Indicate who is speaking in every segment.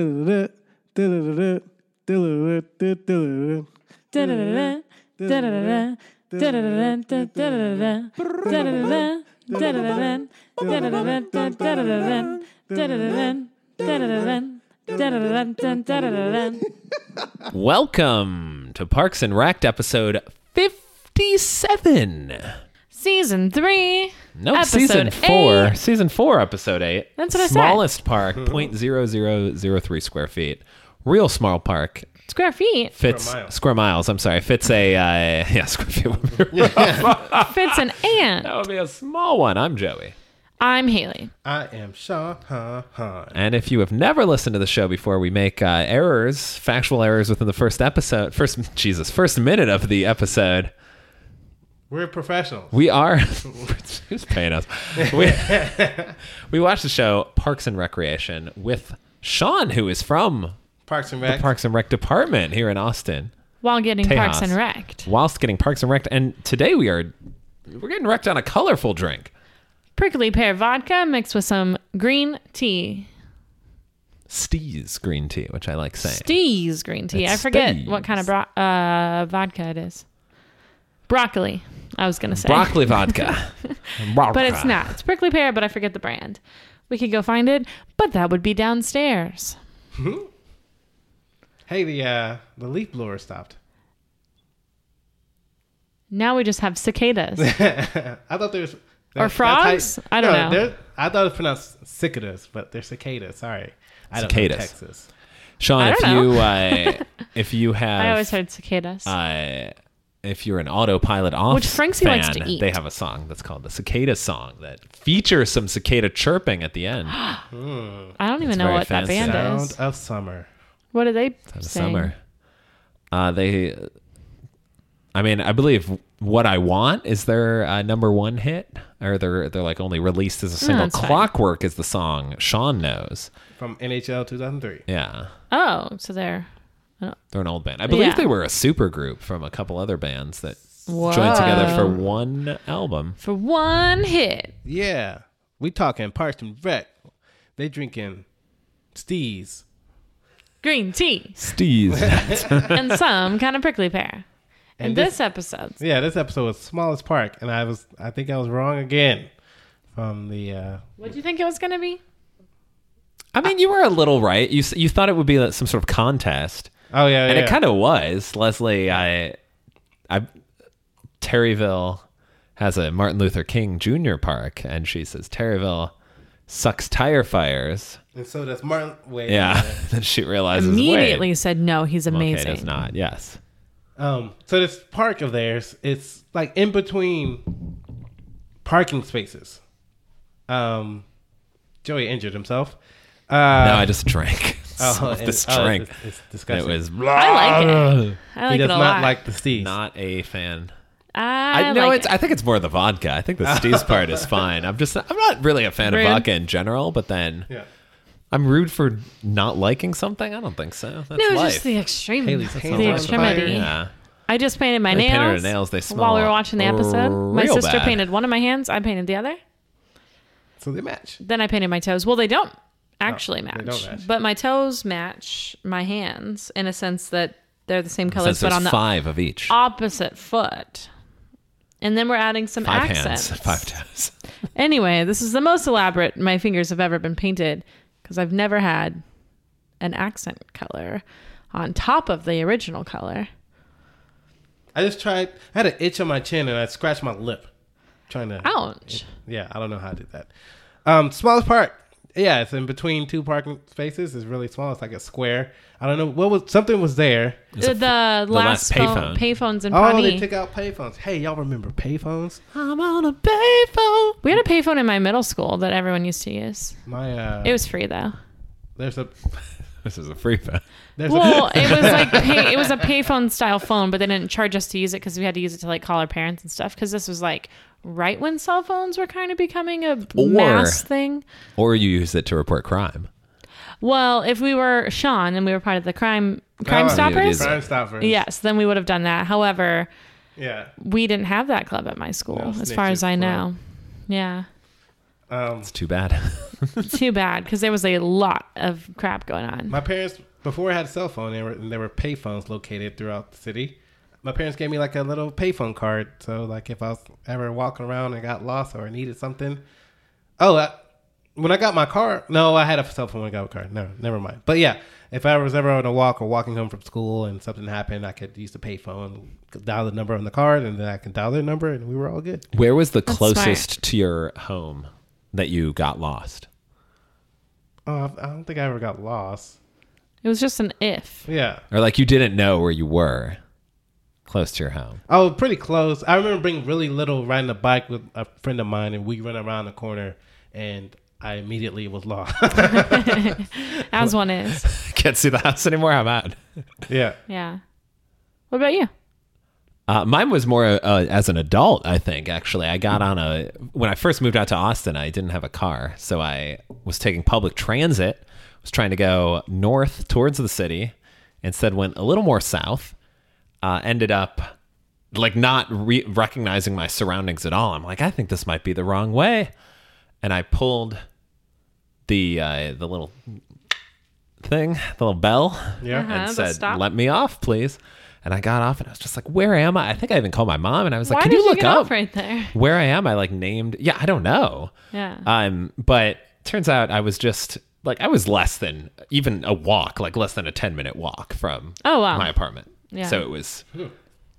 Speaker 1: Da-da-da, da-da-da-da, da-da-da-da, da-da-da-da.
Speaker 2: Da-da-da-da, da-da-da-da, da-da-da-da, da-da-da-da, da-da-da-da, da-da-da-da, da-da-da-da, da-da-da-da, da-da-da-da, da-da-da-da, da-da-da-da, da-da-da-da.
Speaker 3: Welcome to Parks and Racked episode 57.
Speaker 2: Season three.
Speaker 3: No,
Speaker 2: episode
Speaker 3: season four.
Speaker 2: eight.
Speaker 3: Season four, episode eight.
Speaker 2: That's what I said.
Speaker 3: Smallest park, 0.0003 square feet. Real small park.
Speaker 2: Square feet
Speaker 3: Fits square,
Speaker 4: mile.
Speaker 3: miles. I'm sorry. Fits a uh, yeah square feet. Would be right.
Speaker 2: fits an ant.
Speaker 3: that would be a small one. I'm Joey.
Speaker 2: I'm Haley.
Speaker 4: I am Shahan.
Speaker 3: And if you have never listened to the show before, we make uh, errors, factual errors within the first episode, first Jesus, first minute of the episode.
Speaker 4: We're professionals.
Speaker 3: We are. who's paying us? We, we watched the show Parks and Recreation with Sean, who is from
Speaker 4: Parks and Rec.
Speaker 3: Parks and Rec department here in Austin,
Speaker 2: While getting
Speaker 3: Tejas.
Speaker 2: Parks and Wrecked.
Speaker 3: whilst getting Parks and Rec. And today we are we're getting wrecked on a colorful drink,
Speaker 2: Prickly pear vodka mixed with some green tea.
Speaker 3: Steez green tea, which I like saying.
Speaker 2: Steez green tea.
Speaker 3: It's
Speaker 2: I forget what
Speaker 3: Steez.
Speaker 2: kind of bro- uh, vodka it is. Broccoli. I was gonna say
Speaker 3: Broccoli vodka,
Speaker 2: but it's not. It's prickly pear, but I forget the brand. We could go find it, but that would be downstairs.
Speaker 4: Hey, the uh, the leaf blower stopped.
Speaker 2: Now we just have cicadas.
Speaker 4: I thought there was.
Speaker 2: Or frogs? I don't know.
Speaker 4: they're- I thought it was pronounced cicadas, but they're cicadas. Sorry. I don't
Speaker 3: Cicadas.
Speaker 4: know Texas.
Speaker 3: Sean,
Speaker 2: I
Speaker 3: if
Speaker 2: don't
Speaker 3: you uh, if you have
Speaker 2: I always heard cicadas.
Speaker 3: uh, if you're an autopilot off
Speaker 2: Which Frankie
Speaker 3: fan,
Speaker 2: likes to eat.
Speaker 3: they have a song that's called the cicada song that features some cicada chirping at the end
Speaker 2: I don't even know
Speaker 3: very
Speaker 2: what that band
Speaker 3: fancy.
Speaker 4: Sound
Speaker 2: is.
Speaker 4: of summer.
Speaker 2: What do they
Speaker 3: of the
Speaker 2: sing?
Speaker 3: summer. Uh, they, I mean, I believe what I want is their uh, number one hit, or they're they're like only released as a single.
Speaker 2: Hmm, that's fine.
Speaker 3: Clockwork is the song Sean knows.
Speaker 4: From NHL 2003.
Speaker 3: Yeah,
Speaker 2: Oh, so they're
Speaker 3: they're an old band. I believe
Speaker 2: Yeah.
Speaker 3: they were a super group from a couple other bands that
Speaker 2: Whoa.
Speaker 3: joined together for one album.
Speaker 2: for one hit.
Speaker 4: Yeah. We talking Parks and Rec. They drinking stees.
Speaker 2: Green tea
Speaker 3: Steez.
Speaker 2: and some kind of prickly pear. In
Speaker 4: And
Speaker 2: this, episode,
Speaker 4: Yeah, this episode was smallest park, and I was I think I was wrong again from the uh,
Speaker 2: what do you think it was going to be?
Speaker 3: I mean, you were a little right. You s- you thought it would be like some sort of contest,
Speaker 4: oh yeah
Speaker 3: and
Speaker 4: yeah.
Speaker 3: it kind of was. Leslie, I, I, Terryville has a Martin Luther King Jr. park, and she says Terryville sucks tire fires.
Speaker 4: and so does Martin wait
Speaker 3: Yeah, then she realizes
Speaker 2: Immediately
Speaker 3: wait,
Speaker 2: said, no, he's
Speaker 3: Mulcahy
Speaker 2: amazing.
Speaker 3: does not. Yes,
Speaker 4: Um, so this park of theirs, it's like in between parking spaces. Um, Joey injured himself. Uh,
Speaker 3: no, I just drank some of
Speaker 4: and-
Speaker 3: this
Speaker 4: oh,
Speaker 3: drink.
Speaker 4: it's, it's
Speaker 3: It
Speaker 4: disgusting.
Speaker 3: was
Speaker 2: I like it. I like
Speaker 4: Ah. he does
Speaker 2: it a
Speaker 4: not
Speaker 2: lot.
Speaker 4: like the steez.
Speaker 3: not a fan.
Speaker 2: I,
Speaker 3: I know
Speaker 2: like
Speaker 3: it's.
Speaker 2: it.
Speaker 3: I think it's more the vodka. I think the steez part is fine. I'm just. I'm not really a fan
Speaker 2: Rude.
Speaker 3: of vodka in general, but then.
Speaker 4: yeah.
Speaker 3: I'm rude for not liking something. I don't think so. That's
Speaker 2: No, it's
Speaker 3: life.
Speaker 2: just the extreme.
Speaker 4: Haley's hands
Speaker 2: the
Speaker 4: on
Speaker 2: extremity.
Speaker 4: fire.
Speaker 3: yeah.
Speaker 2: I just painted my
Speaker 3: They
Speaker 2: nails.
Speaker 3: painted her nails, they
Speaker 2: While we were
Speaker 3: smell
Speaker 2: watching the episode, my
Speaker 3: real
Speaker 2: sister
Speaker 3: bad.
Speaker 2: painted one of my hands. I painted the other.
Speaker 4: So they match.
Speaker 2: Then I painted my toes. Well, they don't actually match,
Speaker 4: don't match.
Speaker 2: but my toes match my hands in a sense that they're the same colors,
Speaker 3: Since
Speaker 2: but
Speaker 3: there's
Speaker 2: on the
Speaker 3: five of each.
Speaker 2: opposite foot. And then we're adding some
Speaker 3: Five
Speaker 2: accents.
Speaker 3: hands, five toes.
Speaker 2: Anyway, this is the most elaborate my fingers have ever been painted because I've never had an accent color on top of the original color.
Speaker 4: I just tried. I had an itch on my chin and I scratched my lip, trying to.
Speaker 2: Ouch.
Speaker 4: Yeah, I don't know how I did that. Um, smallest park. Yeah, it's in between two parking spaces. It's really small. It's like a square. I don't know what was something was there.
Speaker 2: The, the last,
Speaker 3: last
Speaker 2: phone,
Speaker 3: payphone.
Speaker 2: payphones in
Speaker 4: Oh,
Speaker 2: Pawnee.
Speaker 4: they took out payphones. Hey, y'all remember payphones?
Speaker 3: I'm on a payphone.
Speaker 2: We had a payphone in my middle school that everyone used to use.
Speaker 4: My uh,
Speaker 2: It was free though.
Speaker 4: there's a
Speaker 3: This is a free phone.
Speaker 4: there's
Speaker 2: Well, it was like pay, it was a payphone style phone, but they didn't charge us to use it because we had to use it to like call our parents and stuff. Because this was like right when cell phones were kind of becoming a
Speaker 3: Or-
Speaker 2: mass thing.
Speaker 3: Or you use it to report crime.
Speaker 2: Well, if we were Sean and we were part of the crime crime
Speaker 4: Oh, yeah,
Speaker 3: it
Speaker 2: stoppers,
Speaker 3: is.
Speaker 4: a Crime Stoppers.
Speaker 2: yes, then we would have done that. However,
Speaker 4: yeah.
Speaker 2: we didn't have that club at my school,
Speaker 4: No
Speaker 2: as far as
Speaker 4: snitches,
Speaker 2: I
Speaker 4: no.
Speaker 2: know. Yeah.
Speaker 4: Um,
Speaker 3: It's too bad.
Speaker 2: Too bad, because there was a lot of crap going on.
Speaker 4: My parents before I had a cell phone, there were and there were payphones located throughout the city. My parents gave me like a little payphone card, so like if I was ever walking around and got lost or needed something, oh, I, when I got my car, no, I had a cell phone when I got a car. No, never mind. But yeah, if I was ever on a walk or walking home from school and something happened, I could use the payphone, dial the number on the card, and then I can dial their number, and we were all good.
Speaker 3: Where was the
Speaker 2: smart.
Speaker 3: closest to your home that you got lost?
Speaker 4: Oh, I- I don't think I ever got lost.
Speaker 2: It was just an if.
Speaker 4: Yeah.
Speaker 3: Or like you didn't know where you were close to your home.
Speaker 4: Oh, pretty close. I remember being really little, riding a bike with a friend of mine, and we ran around the corner, and I immediately was lost.
Speaker 2: As one is.
Speaker 3: Can't see the house anymore. I'm out.
Speaker 4: yeah,
Speaker 2: Yeah. What about you?
Speaker 3: Uh, mine was more uh, as an adult, I think, actually. I got on a. When I first moved out to Austin, I didn't have a car. So I was taking public transit, was trying to go north towards the city, instead went a little more south. Uh, ended up like not re- recognizing my surroundings at all. I'm like, I think this might be the wrong way. And I pulled the uh, the little thing, the little bell
Speaker 4: yeah.
Speaker 2: Uh-huh.
Speaker 3: and
Speaker 2: the
Speaker 3: said,
Speaker 2: stop.
Speaker 3: "Let me off, please." And I got off, and I was just like, "Where am I?" I think I even called my mom, and I was like,
Speaker 2: Why
Speaker 3: "Can
Speaker 2: did
Speaker 3: you
Speaker 2: you
Speaker 3: look
Speaker 2: get
Speaker 3: up
Speaker 2: off right there?
Speaker 3: where I am?" I like named, yeah, I don't know.
Speaker 2: Yeah.
Speaker 3: Um, but turns out I was just like I was less than even a walk, like less than a ten minute walk from
Speaker 2: Oh, wow.
Speaker 3: my apartment.
Speaker 2: Yeah.
Speaker 3: So it was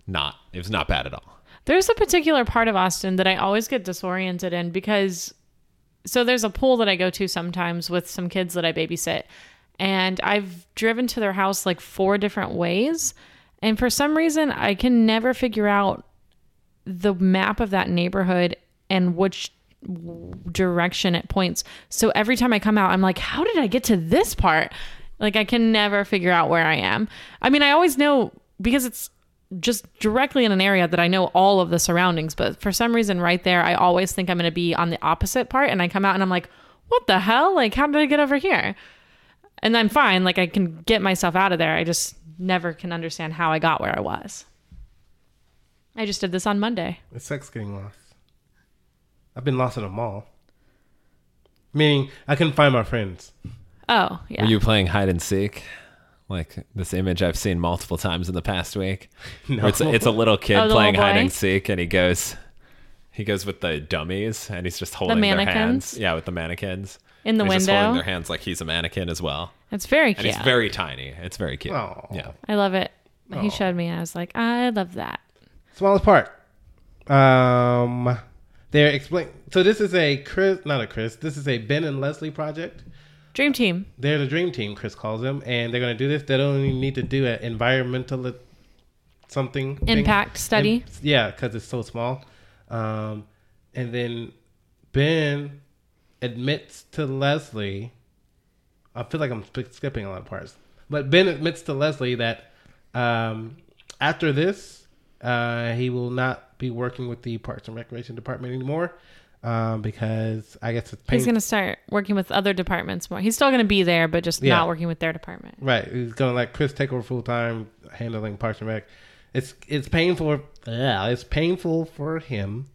Speaker 3: not it was not bad at all.
Speaker 2: There's a particular part of Austin that I always get disoriented in because so there's a pool that I go to sometimes with some kids that I babysit and I've driven to their house like four different ways and for some reason I can never figure out the map of that neighborhood and which w- direction it points. So every time I come out, I'm like, how did I get to this part? Like, I can never figure out where I am. I mean, I always know because it's just directly in an area that I know all of the surroundings, but for some reason, right there, I always think I'm going to be on the opposite part. And I come out and I'm like, what the hell? Like, how did I get over here? And I'm fine. Like, I can get myself out of there. I just never can understand how I got where I was. I just did this on Monday.
Speaker 4: It sucks getting lost. I've been lost in a mall, meaning I couldn't find my friends.
Speaker 2: Oh, yeah.
Speaker 3: Were you playing hide and seek? Like this image I've seen multiple times in the past week.
Speaker 4: No.
Speaker 3: Where It's, it's a little kid
Speaker 2: Oh, the little
Speaker 3: playing hide
Speaker 2: boy?
Speaker 3: and seek, and he goes, he goes with the dummies, and he's just holding their
Speaker 2: mannequins?
Speaker 3: hands. Yeah, with the mannequins
Speaker 2: In the
Speaker 3: And he's Just
Speaker 2: window?
Speaker 3: holding their hands like he's a mannequin as well,
Speaker 2: It's very
Speaker 3: and
Speaker 2: cute.
Speaker 3: he's very Oh. tiny. It's very cute.
Speaker 4: Aw.
Speaker 3: Yeah,
Speaker 2: I love it. He showed me. I was like, I love that.
Speaker 4: Smallest part. Um, they're explain. So this is a Chris, not a Chris. This is a Ben and Leslie project.
Speaker 2: Dream team.
Speaker 4: They're the dream team, Chris calls them, and they're going to do this. They don't even need to do an environmental uh, something thing.
Speaker 2: Impact study.
Speaker 4: And- yeah, because it's so small. Um, and then Ben admits to Leslie. I feel like I'm sp- skipping a lot of parts, but Ben admits to Leslie that um, after this, uh, he will not be working with the Parks and Recreation Department anymore um, because I guess it's
Speaker 2: He's
Speaker 4: painful.
Speaker 2: going to start working with other departments more. He's still going to be there, but just
Speaker 4: Yeah.
Speaker 2: not working with their department.
Speaker 4: Right. He's gonna let Chris take over full time handling Parks and Rec. It's it's painful yeah, it's painful for him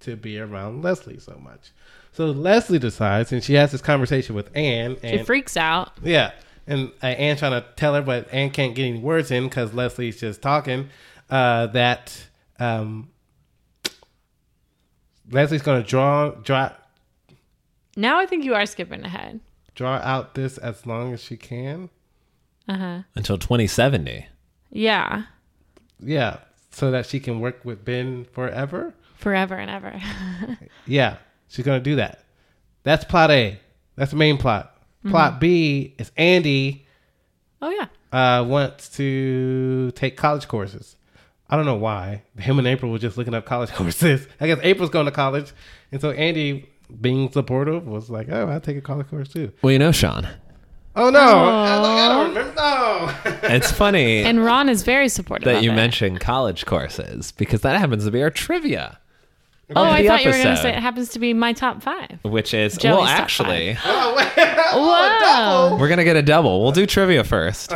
Speaker 4: to be around Leslie so much. So Leslie decides and she has this conversation with Anne
Speaker 2: She
Speaker 4: and
Speaker 2: freaks out.
Speaker 4: yeah. And uh, Anne's trying to tell her, but Anne can't get any words in because Leslie's just talking. Uh, that um, Leslie's gonna draw draw
Speaker 2: Now I think you are skipping ahead.
Speaker 4: draw out this as long as she can.
Speaker 2: Uh huh.
Speaker 3: until 2070.
Speaker 2: Yeah.
Speaker 4: Yeah, so that she can work with Ben forever.
Speaker 2: Forever and ever.
Speaker 4: Yeah, she's gonna do that. That's plot A. That's the main plot.
Speaker 2: Mm-hmm.
Speaker 4: Plot B is Andy
Speaker 2: oh, yeah.
Speaker 4: uh, wants to take college courses. I don't know why. Him and April were just looking up college courses. I guess April's going to college, and so Andy, being supportive, was like, "Oh, I'll take a college course too."
Speaker 3: Well, you know, Sean,
Speaker 4: Oh no! I, was like, I don't remember. No.
Speaker 3: it's funny
Speaker 2: And Ron is very supportive.
Speaker 3: that
Speaker 2: of
Speaker 3: you
Speaker 2: it.
Speaker 3: mentioned college courses because that happens to be our trivia,
Speaker 2: Oh, I
Speaker 3: the
Speaker 2: thought you were going to
Speaker 3: episode.
Speaker 2: say it happens to be my top five.
Speaker 3: which is
Speaker 2: Joey's
Speaker 3: well,
Speaker 2: top
Speaker 3: actually,
Speaker 2: Whoa.
Speaker 3: We're gonna get a double. We'll do trivia first,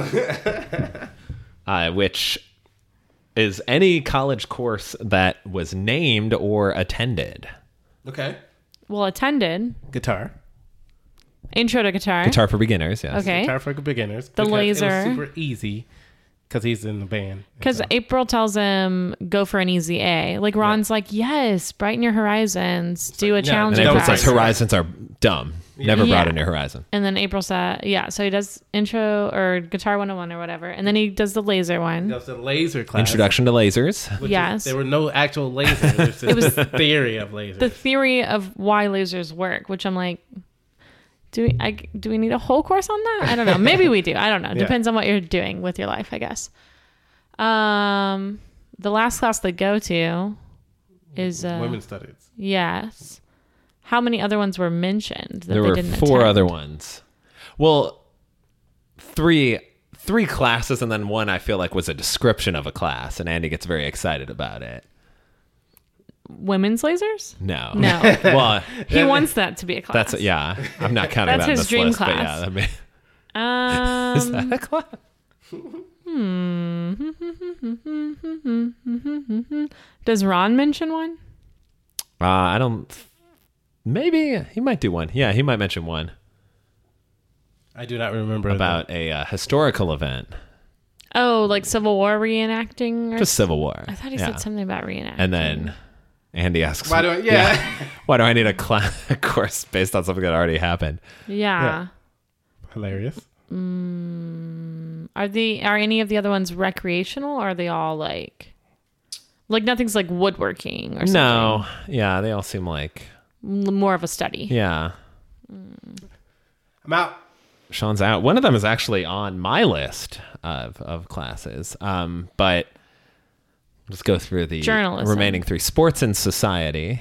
Speaker 3: uh, which is any college course that was named or attended.
Speaker 4: okay.
Speaker 2: Well, attended.
Speaker 4: Guitar.
Speaker 2: Intro to guitar.
Speaker 3: Guitar for beginners, yes.
Speaker 2: Okay.
Speaker 4: Guitar for beginners.
Speaker 2: The
Speaker 4: because It
Speaker 2: laser.
Speaker 4: was super easy because he's in the band.
Speaker 2: Because April tells him, go for an easy A. Like, Ron's like, yes, brighten your horizons, do a
Speaker 4: no,
Speaker 2: challenge.
Speaker 3: And
Speaker 4: Don't
Speaker 3: April says
Speaker 4: practice.
Speaker 3: horizons are dumb. Never
Speaker 2: Yeah.
Speaker 3: brought in your horizon.
Speaker 2: And then April said, yeah, so he does intro or guitar 101 or whatever. And then he does the laser one.
Speaker 4: That was the laser class.
Speaker 3: Introduction to lasers.
Speaker 4: which is-
Speaker 2: Yes.
Speaker 4: there were no actual lasers. There's just
Speaker 2: was-
Speaker 4: the theory of lasers.
Speaker 2: The theory of why lasers work, which I'm like, do we, I, do we need a whole course on that? I don't know. Maybe we do. I don't know. Depends on what you're doing with your life, I guess. Um, the last class they go to is uh,
Speaker 4: Women studies.
Speaker 2: Yes. How many other ones were mentioned? That
Speaker 3: there
Speaker 2: they
Speaker 3: were
Speaker 2: didn't
Speaker 3: four
Speaker 2: attend?
Speaker 3: other ones. Well, three three classes and then one I feel like was a description of a class and Andy gets very excited about it.
Speaker 2: women's lasers.
Speaker 3: No.
Speaker 2: No.
Speaker 3: well,
Speaker 2: He wants that to be a class.
Speaker 3: that's yeah. I'm not counting
Speaker 2: That's
Speaker 3: that in
Speaker 2: his
Speaker 3: this
Speaker 2: dream
Speaker 3: list, but
Speaker 2: class.
Speaker 3: yeah, that'd be,
Speaker 2: Um,
Speaker 3: is that a class?
Speaker 2: does Ron mention one?
Speaker 3: Uh, I don't. Maybe he might do one. Yeah, he might mention one
Speaker 4: I do not remember
Speaker 3: about a uh, historical event,
Speaker 2: Oh, like Civil War reenacting? Or
Speaker 3: just Civil War.
Speaker 2: I thought he
Speaker 3: Yeah.
Speaker 2: said something about reenacting.
Speaker 3: And then Andy asks,
Speaker 4: Why do I- yeah.
Speaker 3: why do I need a class a course based on something that already happened?"
Speaker 2: yeah.
Speaker 4: that. hilarious.
Speaker 2: Are the are any of the other ones recreational? Or are they all like like nothing's like woodworking or something?
Speaker 3: No, yeah, they all seem like
Speaker 2: M- more of a study.
Speaker 3: yeah.
Speaker 4: I'm out.
Speaker 3: Sean's out. One of them is actually on my list of of classes. Um, but let's go through the
Speaker 2: Journalism.
Speaker 3: remaining three: sports and society,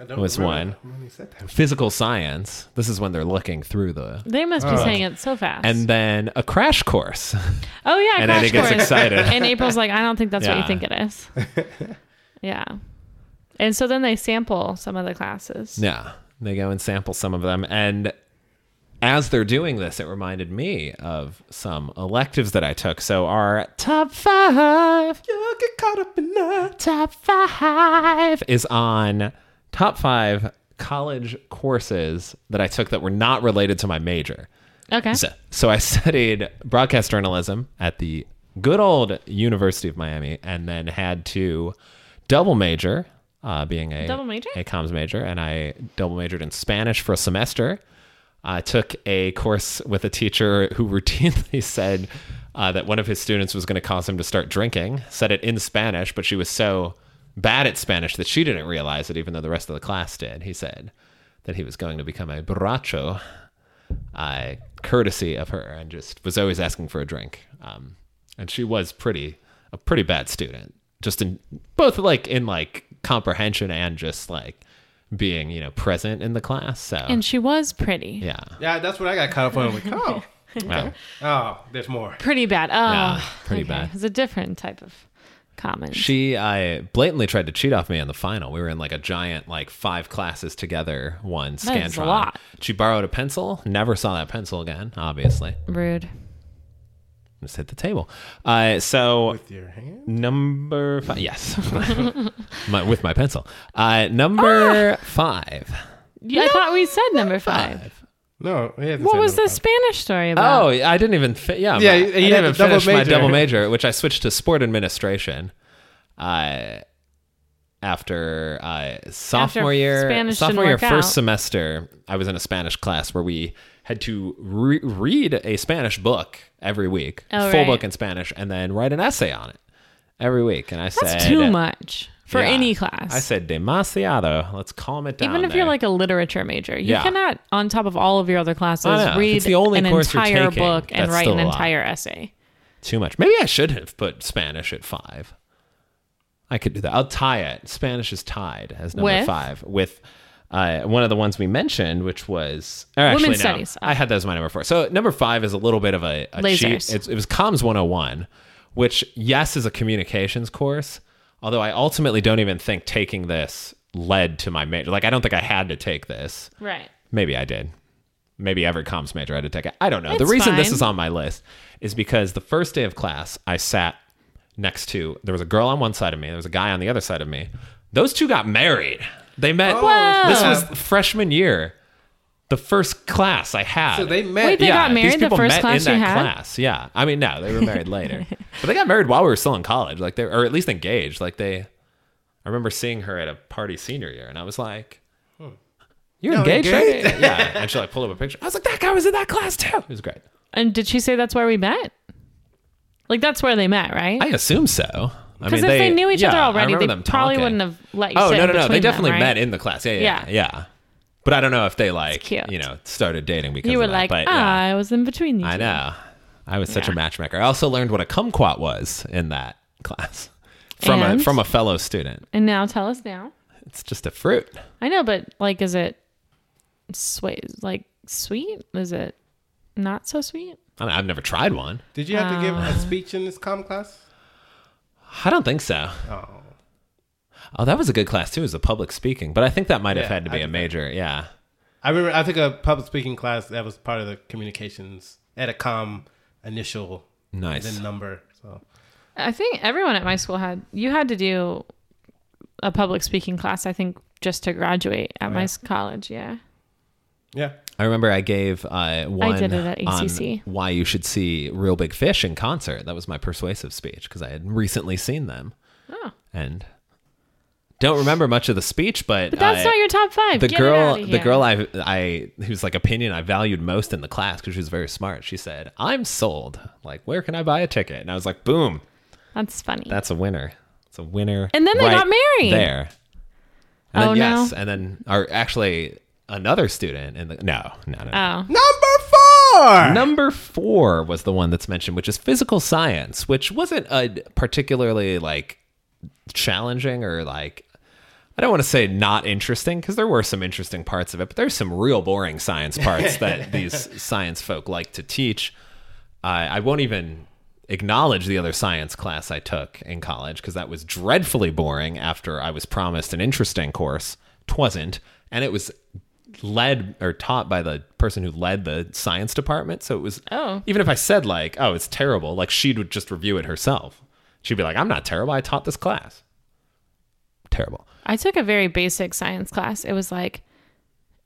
Speaker 4: I don't
Speaker 3: Was
Speaker 4: remember
Speaker 3: one.
Speaker 4: when he said that.
Speaker 3: physical science. This is when they're looking through the.
Speaker 2: They must be saying it so fast.
Speaker 3: Uh, And then a crash course.
Speaker 2: oh yeah,
Speaker 3: and
Speaker 2: crash
Speaker 3: Andy gets
Speaker 2: course.
Speaker 3: excited.
Speaker 2: And April's like, I don't think that's what
Speaker 3: Yeah.
Speaker 2: you think it is. yeah. And so then they sample some of the classes.
Speaker 3: Yeah. They go and sample some of them. And as they're doing this, it reminded me of some electives that I took. So our top five. You get caught up in the top five is on top five college courses that I took that were not related to my major.
Speaker 2: Okay.
Speaker 3: So, so I studied broadcast journalism at the good old University of Miami, and then had to double major, uh, being a
Speaker 2: Double major?
Speaker 3: a comms major, and I double majored in Spanish for a semester. I took a course with a teacher who routinely said uh, that one of his students was going to cause him to start drinking. Said it in Spanish, but she was so bad at Spanish that she didn't realize it, even though the rest of the class did. He said that he was going to become a borracho I courtesy of her and just was always asking for a drink. Um, and she was pretty a pretty bad student, just in both like in like comprehension and just like being you know present in the class. So
Speaker 2: And she was pretty.
Speaker 3: uh, yeah,
Speaker 4: Yeah, that's what I got caught up on. I'm like, oh,
Speaker 3: Wow.
Speaker 4: oh, there's more.
Speaker 2: Pretty bad. Oh,
Speaker 3: Yeah, pretty
Speaker 2: okay.
Speaker 3: bad.
Speaker 2: It's a different type of comment.
Speaker 3: She, I blatantly tried to cheat off me in the final. We were in like a giant, like five classes together, one
Speaker 2: That is a
Speaker 3: Scantron.
Speaker 2: lot.
Speaker 3: She borrowed a pencil, never saw that pencil again, obviously.
Speaker 2: Rude.
Speaker 3: Just hit the table. Uh, so
Speaker 4: With your hand.
Speaker 3: Number five. Yes. my, with my pencil. Uh, number five.
Speaker 2: Yeah, I thought we said number five.
Speaker 4: No, he hasn't
Speaker 2: What
Speaker 4: said
Speaker 2: was
Speaker 4: no
Speaker 2: the Spanish story about?
Speaker 3: Oh, I didn't even. Fi- yeah.
Speaker 4: Yeah,
Speaker 3: my-
Speaker 4: you-
Speaker 3: I
Speaker 4: you
Speaker 3: didn't
Speaker 4: had
Speaker 3: even
Speaker 4: the double
Speaker 3: finish my
Speaker 4: major.
Speaker 3: double major, which I switched to sport administration. Uh, after uh, sophomore year,
Speaker 2: Spanish didn't
Speaker 3: sophomore year
Speaker 2: work
Speaker 3: first
Speaker 2: out.
Speaker 3: semester, I was in a Spanish class where we had to re- read a Spanish book every week,
Speaker 2: Oh,
Speaker 3: full
Speaker 2: right.
Speaker 3: book in Spanish, and then write an essay on it every week. And I
Speaker 2: That's
Speaker 3: said
Speaker 2: too much for
Speaker 3: Yeah.
Speaker 2: any class.
Speaker 3: I said demasiado. Let's calm it down.
Speaker 2: Even if you're
Speaker 3: there.
Speaker 2: like a literature major, you
Speaker 3: Yeah.
Speaker 2: cannot, on top of all of your other classes,
Speaker 3: I know. If
Speaker 2: read
Speaker 3: it's the only
Speaker 2: an
Speaker 3: course you're
Speaker 2: entire
Speaker 3: taking,
Speaker 2: book and
Speaker 3: that's
Speaker 2: write
Speaker 3: still
Speaker 2: an
Speaker 3: a lot.
Speaker 2: entire essay.
Speaker 3: too much. Maybe I should have put Spanish at five. I could do that. I'll tie it. Spanish is tied as number
Speaker 2: With?
Speaker 3: five with uh, one of the ones we mentioned, which was or actually,
Speaker 2: Women's
Speaker 3: no.
Speaker 2: studies.
Speaker 3: I had that as my number four. So number five is a little bit of a, a cheat.
Speaker 2: Lasers.
Speaker 3: It's, it was Comms 101, which yes is a communications course. Although I ultimately don't even think taking this led to my major. Like I don't think I had to take this.
Speaker 2: Right.
Speaker 3: Maybe I did. Maybe every comms major had to take it. I don't know. the
Speaker 2: It's
Speaker 3: reason this
Speaker 2: fine.
Speaker 3: is on my list is because the first day of class, I sat next to there was a girl on one side of me, there was a guy on the other side of me. Those two got married. They met.
Speaker 2: Oh.
Speaker 4: Whoa.
Speaker 3: This
Speaker 4: snap.
Speaker 3: was freshman year. the first class I had.
Speaker 4: So they met.
Speaker 2: Wait, they- got married the
Speaker 3: these people
Speaker 2: first
Speaker 3: met
Speaker 2: class
Speaker 3: in
Speaker 2: you
Speaker 3: that
Speaker 2: had?
Speaker 3: class. Yeah, I mean, no, they were married later, but they got married while we were still in college, like they, or at least engaged. Like they, I remember seeing her at a party senior year, and I was like,
Speaker 2: Hmm.
Speaker 3: "You're engaged,
Speaker 4: engaged?
Speaker 3: right?" yeah, and she like pulled up a picture. I was like, "That guy was in that class too." It was great.
Speaker 2: And did she say that's where we met? Like that's where they met, right?
Speaker 3: I assume so. I
Speaker 2: Because
Speaker 3: mean,
Speaker 2: if they, knew each
Speaker 3: yeah,
Speaker 2: other
Speaker 3: I
Speaker 2: already,
Speaker 3: remember
Speaker 2: they
Speaker 3: them
Speaker 2: probably
Speaker 3: talking.
Speaker 2: wouldn't have let you.
Speaker 3: Oh
Speaker 2: sit
Speaker 3: no,
Speaker 2: in
Speaker 3: no, no!
Speaker 2: between
Speaker 3: They definitely
Speaker 2: them, right?
Speaker 3: met in the class. Yeah, yeah, yeah.
Speaker 2: Yeah.
Speaker 3: But I don't know if they like
Speaker 2: cute.
Speaker 3: you know started dating because
Speaker 2: You
Speaker 3: of
Speaker 2: were
Speaker 3: that,
Speaker 2: like,
Speaker 3: but, yeah.
Speaker 2: ah, I was in between you.
Speaker 3: I
Speaker 2: two."
Speaker 3: know. I was such a
Speaker 2: Yeah.
Speaker 3: matchmaker. I also learned what a kumquat was in that class from a
Speaker 2: And?
Speaker 3: from a fellow student.
Speaker 2: And now tell us now.
Speaker 3: It's just a fruit.
Speaker 2: I know, but like, is it sweet? Like sweet? Is it not so sweet?
Speaker 3: I mean, I've never tried one.
Speaker 4: Did you have to give
Speaker 2: Ah.
Speaker 4: a speech in this comm class?
Speaker 3: I don't think so.
Speaker 4: Oh,
Speaker 3: Oh, that was a good class too. Is the public speaking, but I think that might have
Speaker 4: Yeah,
Speaker 3: had to be
Speaker 4: I
Speaker 3: a
Speaker 4: did that.
Speaker 3: major. Yeah.
Speaker 4: I remember I took a public speaking class that was part of the communications at a comm initial
Speaker 3: Nice.
Speaker 4: then number. So
Speaker 2: I think everyone at my school had. You had to do a public speaking class. I think just to graduate
Speaker 3: Oh,
Speaker 2: at my s- college. Yeah.
Speaker 4: yeah,
Speaker 3: I remember I gave uh, one
Speaker 2: did it at
Speaker 3: on
Speaker 2: ACC.
Speaker 3: why you should see Real Big Fish in concert. That was my persuasive speech because I had recently seen them
Speaker 2: Oh,
Speaker 3: and don't remember much of the speech, but,
Speaker 2: but that's
Speaker 3: I-
Speaker 2: not your top five.
Speaker 3: the
Speaker 2: Get it
Speaker 3: girl
Speaker 2: outta
Speaker 3: the
Speaker 2: here.
Speaker 3: girl i i whose like opinion i valued most in the class because she was very smart she said i'm sold like where can i buy a ticket and i was like boom
Speaker 2: That's funny.
Speaker 3: that's a winner it's a winner
Speaker 2: And then they
Speaker 3: right
Speaker 2: got married.
Speaker 3: there and
Speaker 2: Oh,
Speaker 3: then yes
Speaker 2: no.
Speaker 3: and then or actually another student in the no no no, no.
Speaker 2: oh.
Speaker 4: number four.
Speaker 3: Number four was the one that's mentioned, which is physical science, which wasn't a particularly like challenging or like I don't want to say not interesting because there were some interesting parts of it, but there's some real boring science parts that these science folk like to teach. I I won't even acknowledge the other science class I took in college because that was dreadfully boring after I was promised an interesting course. Twasn't. And it was led or taught by the person who led the science department. So it was,
Speaker 2: Oh.
Speaker 3: even if I said, like, oh, it's terrible, like she would just review it herself. She'd be like, I'm not terrible. I taught this class. Terrible.
Speaker 2: I took a very basic science class. It was like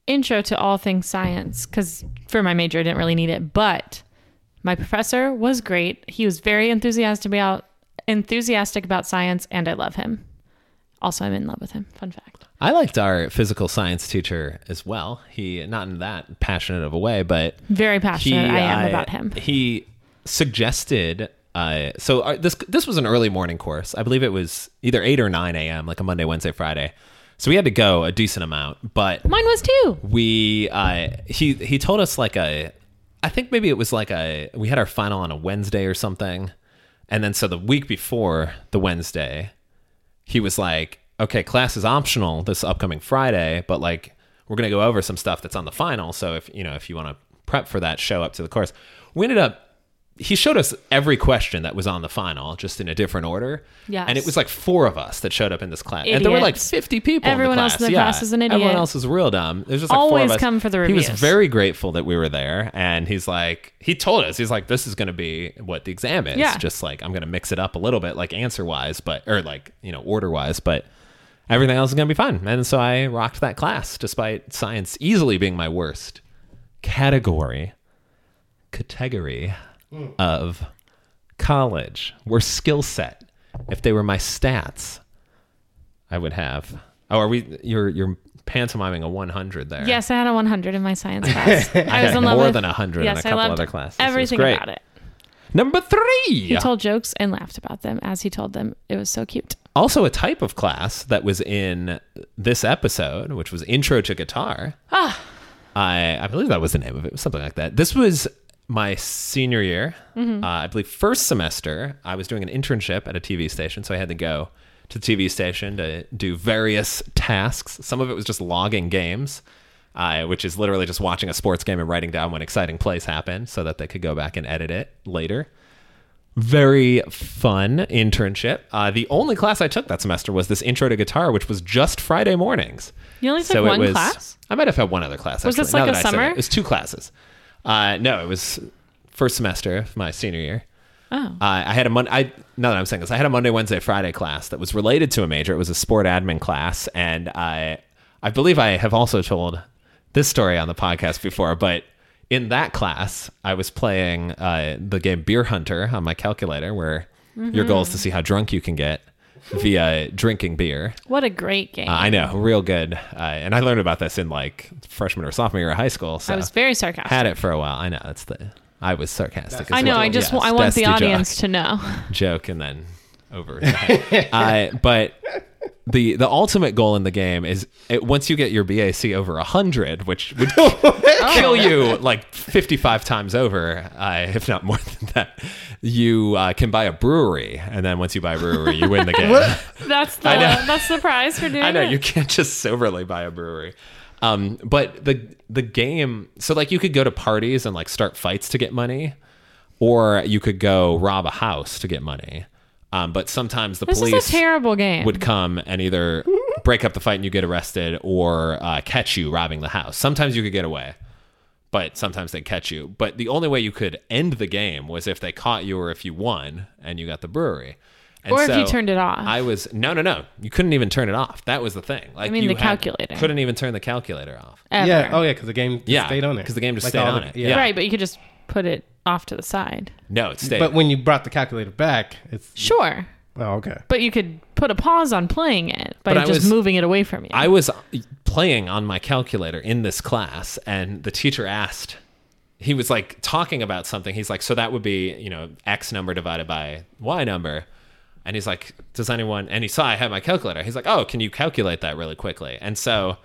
Speaker 2: intro to all things science because for my major, I didn't really need it. But my professor was great. He was very enthusiastic about enthusiastic about science, and I love him. Also, I'm in love with him. Fun fact.
Speaker 3: I liked our physical science teacher as well. He, not in that passionate of a way, but
Speaker 2: Very passionate I am
Speaker 3: uh,
Speaker 2: about him.
Speaker 3: He suggested. Uh, so uh, this this was an early morning course. I believe it was either eight or nine a.m. like a Monday, Wednesday, Friday. So we had to go a decent amount, but
Speaker 2: Mine was too.
Speaker 3: we uh, he he told us like a I think maybe it was like a we had our final on a Wednesday or something, and then so the week before the Wednesday, he was like, okay, class is optional this upcoming Friday, but like we're gonna go over some stuff that's on the final. So if you know if you want to prep for that, show up to the course. We ended up. He showed us every question that was on the final, just in a different order.
Speaker 2: Yes.
Speaker 3: and it was like four of us that showed up in this class, and there were like
Speaker 2: Idiots.
Speaker 3: fifty people.
Speaker 2: Everyone
Speaker 3: in the
Speaker 2: else
Speaker 3: class.
Speaker 2: in the
Speaker 3: yeah.
Speaker 2: class is an
Speaker 3: Everyone
Speaker 2: idiot.
Speaker 3: else was real dumb. There's just like
Speaker 2: Always
Speaker 3: four of us.
Speaker 2: come for the
Speaker 3: He was
Speaker 2: reviews.
Speaker 3: very grateful that we were there, and he's like, he told us, he's like, this is going to be what the exam is.
Speaker 2: Yeah.
Speaker 3: Just like I'm going to mix it up a little bit, like answer wise, but or like you know order wise, but everything else is going to be fine. And so I rocked that class, despite science easily being my worst category category of college or skill set. If they were my stats, I would have. Oh, are we? You're you're pantomiming a 100 there.
Speaker 2: Yes, I had a 100 in my science class. I was
Speaker 3: had
Speaker 2: in love
Speaker 3: more
Speaker 2: with
Speaker 3: than 100 in
Speaker 2: yes,
Speaker 3: a
Speaker 2: I
Speaker 3: couple
Speaker 2: loved
Speaker 3: other classes. It was
Speaker 2: Everything
Speaker 3: great.
Speaker 2: about it.
Speaker 3: Number three.
Speaker 2: He told jokes and laughed about them as he told them. It was so cute.
Speaker 3: also a type of class that was in this episode, which was Intro to Guitar. Ah. I, I believe that was the name of it, something like that. This was my senior year. Uh, I believe first semester, I was doing an internship at a TV station, so I had to go to the TV station to do various tasks. Some of it was just logging games, uh, which is literally just watching a sports game and writing down when exciting plays happen so that they could go back and edit it later very fun internship. Uh, the only class I took that semester was this intro to guitar, which was just Friday mornings.
Speaker 2: You only took one class?
Speaker 3: I might have had one other class.
Speaker 2: Was
Speaker 3: actually,
Speaker 2: this like
Speaker 3: now
Speaker 2: a
Speaker 3: that I said
Speaker 2: summer?
Speaker 3: It. it was two classes. Uh, no, it was first semester of my senior year.
Speaker 2: Oh.
Speaker 3: Uh, I had a Mon- I now that I'm saying this, I had a Monday, Wednesday, Friday class that was related to a major. It was a sport admin class, and I, I believe I have also told this story on the podcast before, but in that class, I was playing uh, the game Beer Hunter on my calculator, where your
Speaker 2: Mm-hmm.
Speaker 3: goal is to see how drunk you can get via drinking beer.
Speaker 2: What a great game.
Speaker 3: Uh, I know, real good. Uh, and I learned about this in like freshman or sophomore year of high school. So
Speaker 2: I was very sarcastic.
Speaker 3: had it for a while. I know that's the. I was sarcastic.
Speaker 2: I
Speaker 3: as
Speaker 2: know.
Speaker 3: well.
Speaker 2: I just
Speaker 3: Yes,
Speaker 2: I want
Speaker 3: that's
Speaker 2: the
Speaker 3: joke.
Speaker 2: audience to know.
Speaker 3: joke and then over. the head. uh, but the the ultimate goal in the game is it, once you get your BAC over hundred, which would
Speaker 2: Oh.
Speaker 3: kill you like fifty five times over, uh, if not more than that. You uh, can buy a brewery, and then once you buy a brewery, you win the game.
Speaker 2: That's the
Speaker 3: know.
Speaker 2: that's the prize for doing
Speaker 3: I know
Speaker 2: it.
Speaker 3: you can't just soberly buy a brewery. Um, but the the game, so like you could go to parties and like start fights to get money, or you could go rob a house to get money. Um, but sometimes the
Speaker 2: this
Speaker 3: police
Speaker 2: is a terrible game.
Speaker 3: would come and either break up the fight and you get arrested, or uh, catch you robbing the house. Sometimes you could get away, but sometimes they catch you. But the only way you could end the game was if they caught you, or if you won and you got the brewery. And
Speaker 2: Or if you turned it off.
Speaker 3: I was no, no, no. You couldn't even turn it off. That was the thing. Like I
Speaker 2: mean,
Speaker 3: you
Speaker 2: the
Speaker 3: had-
Speaker 2: calculator.
Speaker 3: couldn't even turn the calculator off.
Speaker 2: Ever.
Speaker 4: Yeah. Oh yeah, because the game just
Speaker 3: Yeah,
Speaker 4: stayed on there.
Speaker 3: 'cause the game just
Speaker 4: Like
Speaker 3: stayed
Speaker 4: all
Speaker 3: on
Speaker 4: the-
Speaker 3: it.
Speaker 4: Yeah.
Speaker 2: Right, but you could just put it off to the side.
Speaker 3: No, it stayed.
Speaker 4: But when you brought the calculator back, it's
Speaker 2: Sure.
Speaker 4: oh okay.
Speaker 2: But you could put a pause on playing it by
Speaker 3: But I
Speaker 2: just
Speaker 3: was-
Speaker 2: moving it away from you.
Speaker 3: I was playing on my calculator in this class, and the teacher asked. He was like talking about something. He's like, so that would be you know x number divided by y number, and he's like, does anyone? And he saw I had my calculator. He's like, oh, can you calculate that really quickly? And so.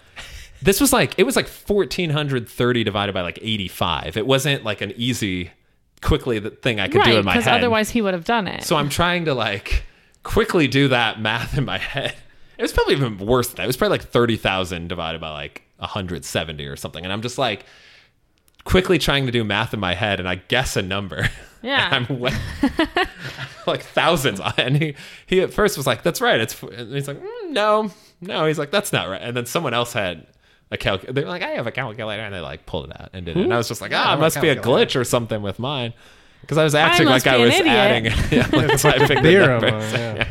Speaker 3: This was like it was like fourteen hundred thirty divided by like eighty five. It wasn't like an easy, quickly th- thing I could do
Speaker 2: right,
Speaker 3: in my head.
Speaker 2: otherwise he would have done it.
Speaker 3: So I'm trying to like quickly do that math in my head. It was probably even worse than that. It was probably like 30,000 divided by like 170 or something. And I'm just like quickly trying to do math in my head and I guess a number.
Speaker 2: Yeah.
Speaker 3: And I'm way, like thousands. And he, he at first was like, that's right. It's, and he's like, "Mm, no, no. He's like, that's not right. And then someone else had a calculator. They're like, I have a calculator. And they like pulled it out and did it. And I was just like, ah,
Speaker 2: Oh
Speaker 4: I
Speaker 3: it
Speaker 4: have a
Speaker 3: must be a glitch
Speaker 4: calculator."
Speaker 3: or something with mine. Because I was acting
Speaker 2: must
Speaker 3: like I
Speaker 2: be an
Speaker 3: was
Speaker 2: idiot.
Speaker 3: adding yeah, like typing the
Speaker 4: Theorem.
Speaker 3: number.
Speaker 4: uh,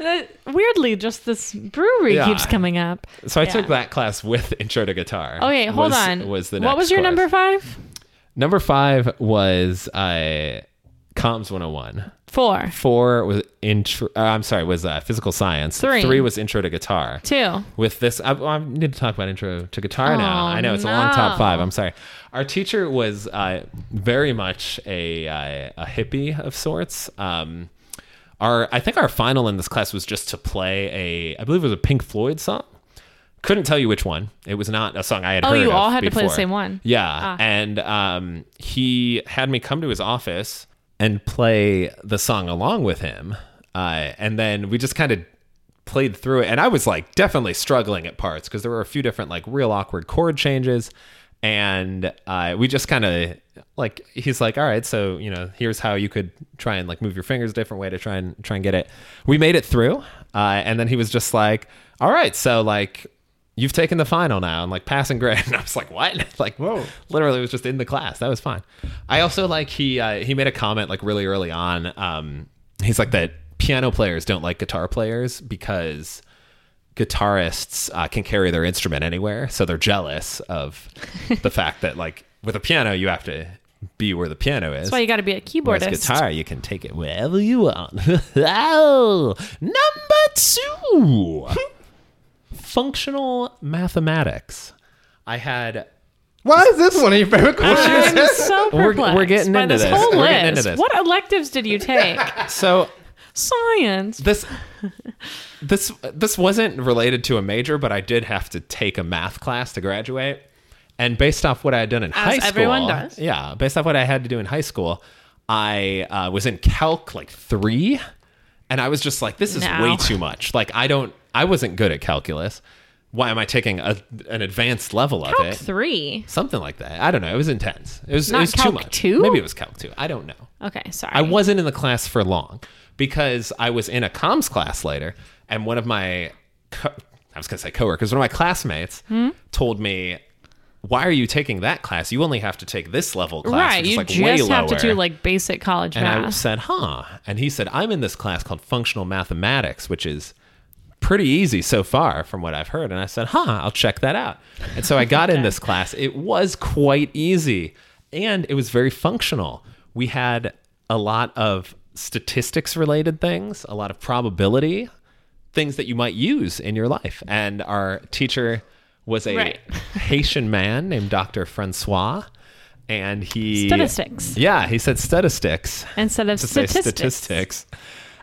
Speaker 4: yeah.
Speaker 2: Uh, Weirdly, just this brewery
Speaker 3: Yeah.
Speaker 2: keeps coming up.
Speaker 3: So I
Speaker 2: Yeah.
Speaker 3: took that class with intro to guitar.
Speaker 2: Okay, hold
Speaker 3: was-
Speaker 2: on.
Speaker 3: Was the
Speaker 2: what
Speaker 3: next
Speaker 2: was your
Speaker 3: course.
Speaker 2: number five?
Speaker 3: Number five was uh, comms 101.
Speaker 2: Four,
Speaker 3: Four was intro. Uh, I'm sorry, was uh, physical science.
Speaker 2: Three.
Speaker 3: Three was intro to guitar.
Speaker 2: two.
Speaker 3: With this, I, I need to talk about intro to guitar now.
Speaker 2: Oh,
Speaker 3: I know it's a long
Speaker 2: no.
Speaker 3: top five. I'm sorry. Our teacher was uh, very much a uh, a hippie of sorts. Um, our I think our final in this class was just to play a I believe it was a Pink Floyd song. Couldn't tell you which one. It was not a song I had
Speaker 2: Oh,
Speaker 3: heard.
Speaker 2: you
Speaker 3: of
Speaker 2: all had to play the
Speaker 3: before.
Speaker 2: same one?
Speaker 3: Yeah, and um, he had me come to his office and play the song along with him, uh, and then we just kind of played through it. And I was like definitely struggling at parts because there were a few different like real awkward chord changes, and uh, we just kind of like he's like, all right, so you know, here's how you could try and like move your fingers a different way to try and try and get it. We made it through, uh, and then he was just like, all right, so like you've taken the final now and like passing grade and i was like what like
Speaker 4: Whoa.
Speaker 3: literally was just in the class that was fine i also like he uh, he made a comment like really early on um he's like that piano players don't like guitar players because guitarists uh, can carry their instrument anywhere so they're jealous of the fact that like with a piano you have to be where the piano is
Speaker 2: That's why you got to be a
Speaker 3: Whereas
Speaker 2: keyboardist.
Speaker 3: guitar, you can take it wherever you want. oh, number two, functional mathematics. I had.
Speaker 4: Why is this one of your favorite questions?
Speaker 2: I'm so
Speaker 3: We're- we're
Speaker 2: perplexed
Speaker 3: getting
Speaker 2: by
Speaker 3: into
Speaker 2: this
Speaker 3: this.
Speaker 2: whole
Speaker 3: We're
Speaker 2: list.
Speaker 3: getting into this.
Speaker 2: What electives did you take?
Speaker 3: So
Speaker 2: Science.
Speaker 3: this this this wasn't related to a major, but I did have to take a math class to graduate. And based off what I had done in high school,
Speaker 2: everyone does.
Speaker 3: yeah, based off what I had to do in high school, I uh, was in calc like three, and I was just like, this is
Speaker 2: No.
Speaker 3: way too much. Like I don't, I wasn't good at calculus. Why am I taking a, an advanced level of
Speaker 2: Calc
Speaker 3: it?
Speaker 2: three.
Speaker 3: Something like that. I don't know. It was intense. It was, it
Speaker 2: Not
Speaker 3: was too
Speaker 2: calc
Speaker 3: much.
Speaker 2: two?
Speaker 3: Maybe it was calc two. I don't know.
Speaker 2: Okay, sorry.
Speaker 3: I wasn't in the class for long because I was in a comms class later, and one of my, co- I was gonna say coworkers, one of my classmates
Speaker 2: Hmm?
Speaker 3: told me, "Why are you taking that class? You only have to take this level class,
Speaker 2: right.
Speaker 3: which is,
Speaker 2: You
Speaker 3: like, way
Speaker 2: just have to
Speaker 3: lower."
Speaker 2: do like basic college
Speaker 3: And I
Speaker 2: math.
Speaker 3: said, "Huh?" And he said, "I'm in this class called functional mathematics, which is pretty easy so far from what I've heard. And I said, huh, I'll check that out. And so I got in this class. It was quite easy and it was very functional. We had a lot of statistics related things, a lot of probability, things that you might use in your life. And our teacher was a
Speaker 2: Right.
Speaker 3: Haitian man named Dr. Francois. And he
Speaker 2: Statistics.
Speaker 3: Yeah, he said statistics
Speaker 2: instead of
Speaker 3: to say
Speaker 2: statistics.
Speaker 3: statistics.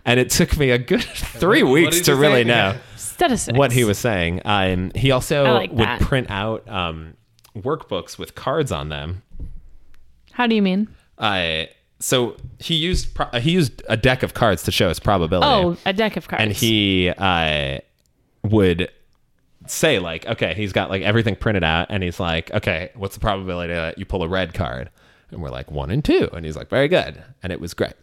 Speaker 3: And it took me a good three
Speaker 4: what
Speaker 3: weeks
Speaker 4: did
Speaker 3: to
Speaker 4: you
Speaker 3: really
Speaker 4: say?
Speaker 3: know
Speaker 2: Statistics.
Speaker 3: what he was saying. Um, he also
Speaker 2: I like
Speaker 3: would
Speaker 2: that.
Speaker 3: print out um, workbooks with cards on them.
Speaker 2: How do you mean?
Speaker 3: Uh, so he used pro- he used a deck of cards to show his probability.
Speaker 2: Oh, a deck of cards.
Speaker 3: and he uh, would say like, okay, he's got like everything printed out, and he's like, okay, what's the probability that you pull a red card? And we're like one and two, and he's like, very good, and it was great,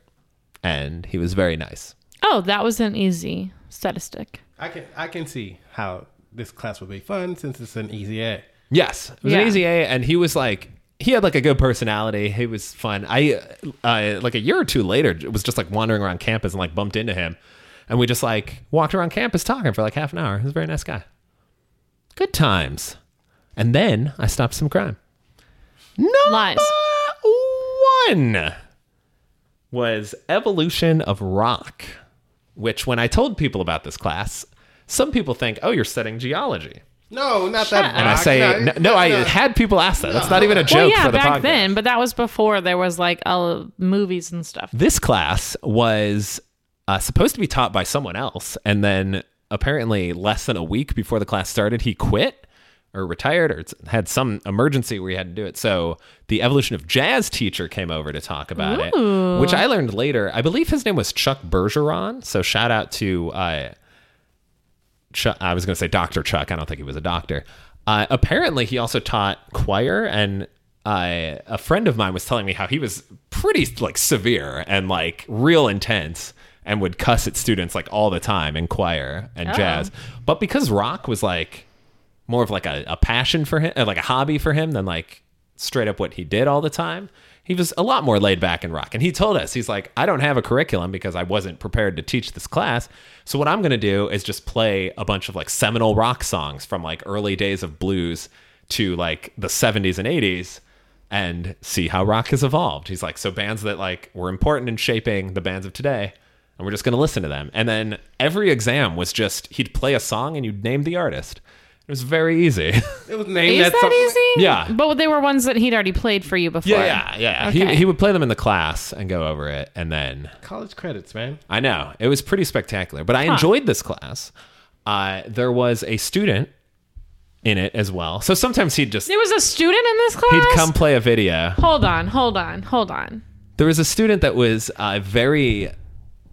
Speaker 3: and he was very nice.
Speaker 2: Oh, that was an easy statistic.
Speaker 4: I can I can see how this class would be fun since it's an easy A.
Speaker 3: Yes, it was
Speaker 2: Yeah.
Speaker 3: an easy A, and he was like, he had like a good personality. He was fun. I uh, like a year or two later j- was just like wandering around campus and like bumped into him, and we just like walked around campus talking for like half an hour. He was a very nice guy. Good times, and then I stopped some crime. Number
Speaker 2: Lies.
Speaker 3: one was evolution of rock, which when I told people about this class, some people think, oh, you're studying geology.
Speaker 4: No, not that.
Speaker 3: And I
Speaker 2: Uh,
Speaker 4: rock.
Speaker 3: say,
Speaker 4: No,
Speaker 3: no, no, I had people ask that. That's not even a joke
Speaker 2: Well, yeah,
Speaker 3: for the
Speaker 2: back
Speaker 3: podcast.
Speaker 2: then, but that was before there was like uh, movies and stuff.
Speaker 3: This class was uh, supposed to be taught by someone else. And then apparently, less than a week before the class started, he quit or retired or had some emergency where he had to do it. So the evolution of jazz teacher came over to talk about it, which I learned later. I believe his name was Chuck Bergeron. So shout out to. Uh, Chuck, I was going to say Dr. Chuck. I don't think he was a doctor. Uh, apparently, he also taught choir, and I, a friend of mine was telling me how he was pretty like severe and like real intense, and would cuss at students like all the time in choir and jazz. But because rock was like more of like a, a passion for him, uh, like a hobby for him, than like straight up what he did all the time. He was a lot more laid back in rock. And he told us, he's like, I don't have a curriculum because I wasn't prepared to teach this class. So what I'm going to do is just play a bunch of like seminal rock songs from like early days of blues to like the 70s and 80s and see how rock has evolved. He's like, so bands that like were important in shaping the bands of today, and we're just gonna listen to them. And then every exam was just he'd play a song and you'd name the artist. It was very easy.
Speaker 4: it was named
Speaker 2: Is
Speaker 4: that,
Speaker 2: that easy?
Speaker 3: Yeah.
Speaker 2: But they were ones that he'd already played for you before.
Speaker 3: yeah, yeah, yeah.
Speaker 2: Okay.
Speaker 3: He he would play them in the class and go over it, and then
Speaker 4: College credits, man.
Speaker 3: I know it was pretty spectacular. But I enjoyed this class. Uh, there was a student in it as well, so sometimes he'd just
Speaker 2: There was a student in this class?
Speaker 3: he'd come play a video.
Speaker 2: Hold on, hold on, hold on.
Speaker 3: there was a student that was uh, very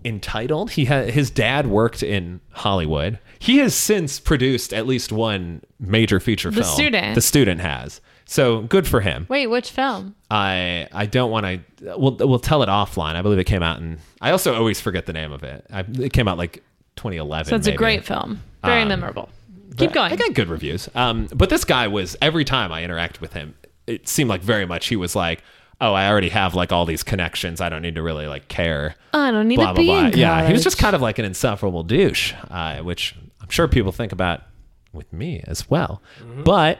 Speaker 3: entitled. He had his dad worked in Hollywood. He has since produced at least one major feature
Speaker 2: The
Speaker 3: film.
Speaker 2: student.
Speaker 3: the student has. So good for him.
Speaker 2: Wait, which film?
Speaker 3: I I don't want to. We'll we'll tell it offline. I believe it came out in. I also always forget the name of it. I, it came out like 2011.
Speaker 2: So it's a
Speaker 3: maybe. Um,
Speaker 2: great film. Very memorable. Keep
Speaker 3: But
Speaker 2: going.
Speaker 3: I got good reviews. Um, but this guy was every time I interacted with him, it seemed like very much he was like, "Oh, I already have like all these connections. I don't need to really like care."
Speaker 2: I don't need to
Speaker 3: blah blah
Speaker 2: be
Speaker 3: blah.
Speaker 2: in
Speaker 3: Yeah, he was
Speaker 2: college.
Speaker 3: just kind of like an insufferable douche, uh, which I'm sure people think about with me as well. But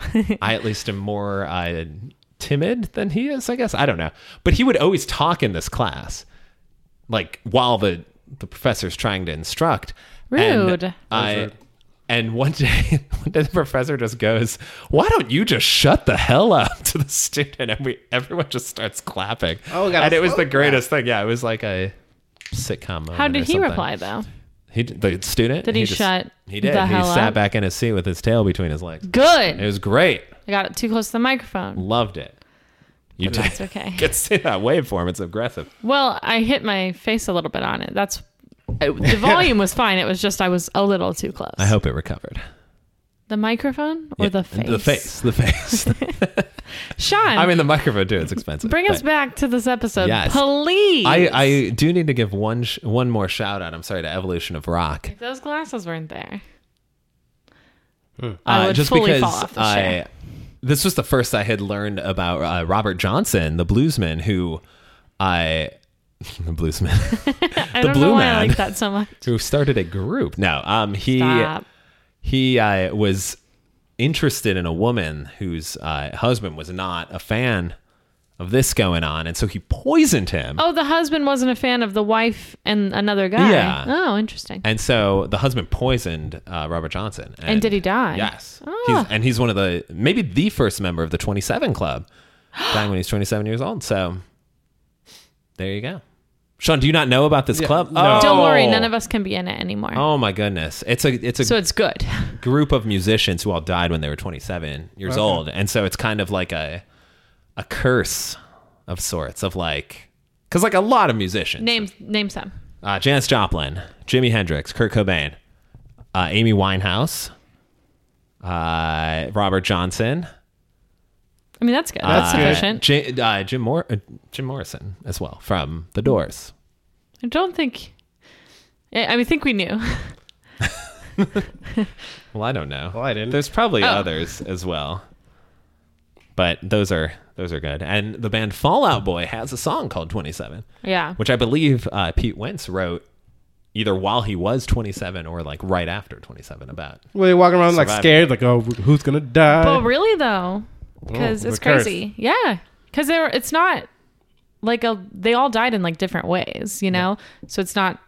Speaker 2: Mm-hmm.
Speaker 3: I at least am more uh, timid than he is, I guess. I don't know. But he would always talk in this class, like while the the professor's trying to instruct.
Speaker 2: Rude.
Speaker 3: And I. And one day, one day the professor just goes, "Why don't you just shut the hell up?" to the student, and we everyone just starts clapping.
Speaker 4: Oh, we got a
Speaker 3: and it was
Speaker 4: slow
Speaker 3: the greatest thing. Yeah, it was like a sitcom. Moment
Speaker 2: How did
Speaker 3: or
Speaker 2: he
Speaker 3: something.
Speaker 2: reply though?
Speaker 3: He d- the student.
Speaker 2: Did he shut
Speaker 3: He did.
Speaker 2: the
Speaker 3: he
Speaker 2: hell
Speaker 3: sat
Speaker 2: up?
Speaker 3: back in his seat with his tail between his legs.
Speaker 2: Good.
Speaker 3: It was great.
Speaker 2: I got it too close to the microphone.
Speaker 3: Loved it. You did.
Speaker 2: It's okay.
Speaker 3: Can see that waveform. It's aggressive.
Speaker 2: Well, I hit my face a little bit on it. That's it- the volume was fine. It was just I was a little too close.
Speaker 3: I hope it recovered.
Speaker 2: the microphone or the face.
Speaker 3: The face. The face.
Speaker 2: Sean,
Speaker 3: I mean, the microphone too. It's expensive.
Speaker 2: bring us
Speaker 3: but-
Speaker 2: back to this episode,
Speaker 3: Yes.
Speaker 2: please.
Speaker 3: I, I do need to give one sh- one more shout out. I'm sorry to Evolution of Rock.
Speaker 2: if those glasses weren't there,
Speaker 3: uh,
Speaker 2: I would
Speaker 3: just
Speaker 2: fully
Speaker 3: because
Speaker 2: fall off the
Speaker 3: I,
Speaker 2: chair.
Speaker 3: This was the first I had learned about uh, Robert Johnson, the bluesman, who I the bluesman
Speaker 2: I
Speaker 3: The
Speaker 2: don't
Speaker 3: Blue
Speaker 2: know why I
Speaker 3: Man.
Speaker 2: like that so much.
Speaker 3: who started a group. No, um, he
Speaker 2: Stop.
Speaker 3: he uh, was interested in a woman whose uh, husband was not a fan of this going on, and so he poisoned him.
Speaker 2: Oh, the husband wasn't a fan of the wife and another guy.
Speaker 3: Yeah.
Speaker 2: Oh, interesting.
Speaker 3: And so the husband poisoned uh, Robert Johnson. And,
Speaker 2: did he die?
Speaker 3: Yes.
Speaker 2: Ah.
Speaker 3: He's, and he's one of the maybe the first member of the 27 Club, dying when he's 27 years old. So there you go. Sean, do you not know about this club?
Speaker 4: no.
Speaker 2: Don't worry, none of us can be in it anymore.
Speaker 3: Oh my goodness! It's a it's a
Speaker 2: So it's good.
Speaker 3: group of musicians who all died when they were 27 years old and so it's kind of like a a curse of sorts of like because like a lot of musicians
Speaker 2: Name name some.
Speaker 3: uh, janis joplin jimi hendrix kurt cobain uh, amy winehouse uh, robert johnson
Speaker 2: I mean, that's good. That's
Speaker 3: uh,
Speaker 2: sufficient.
Speaker 3: J- uh, jim, Mor- uh, jim morrison as well from the doors
Speaker 2: I don't think. I I mean, think we knew.
Speaker 3: well i don't know
Speaker 4: Well, I didn't.
Speaker 3: There's probably
Speaker 2: Oh.
Speaker 3: others as well. But those are those are good. And the band Fallout Boy has a song called 27,
Speaker 2: yeah.
Speaker 3: which I believe uh, Pete Wentz wrote either while he was 27 or like right after 27 about.
Speaker 4: Were they walking around like
Speaker 3: Surviving.
Speaker 4: scared, like oh, who's gonna die?
Speaker 2: But really though, because
Speaker 4: Oh,
Speaker 2: it's
Speaker 4: the curse.
Speaker 2: crazy. Yeah, because they're it's not like a they all died in like different ways, you know. So it's not.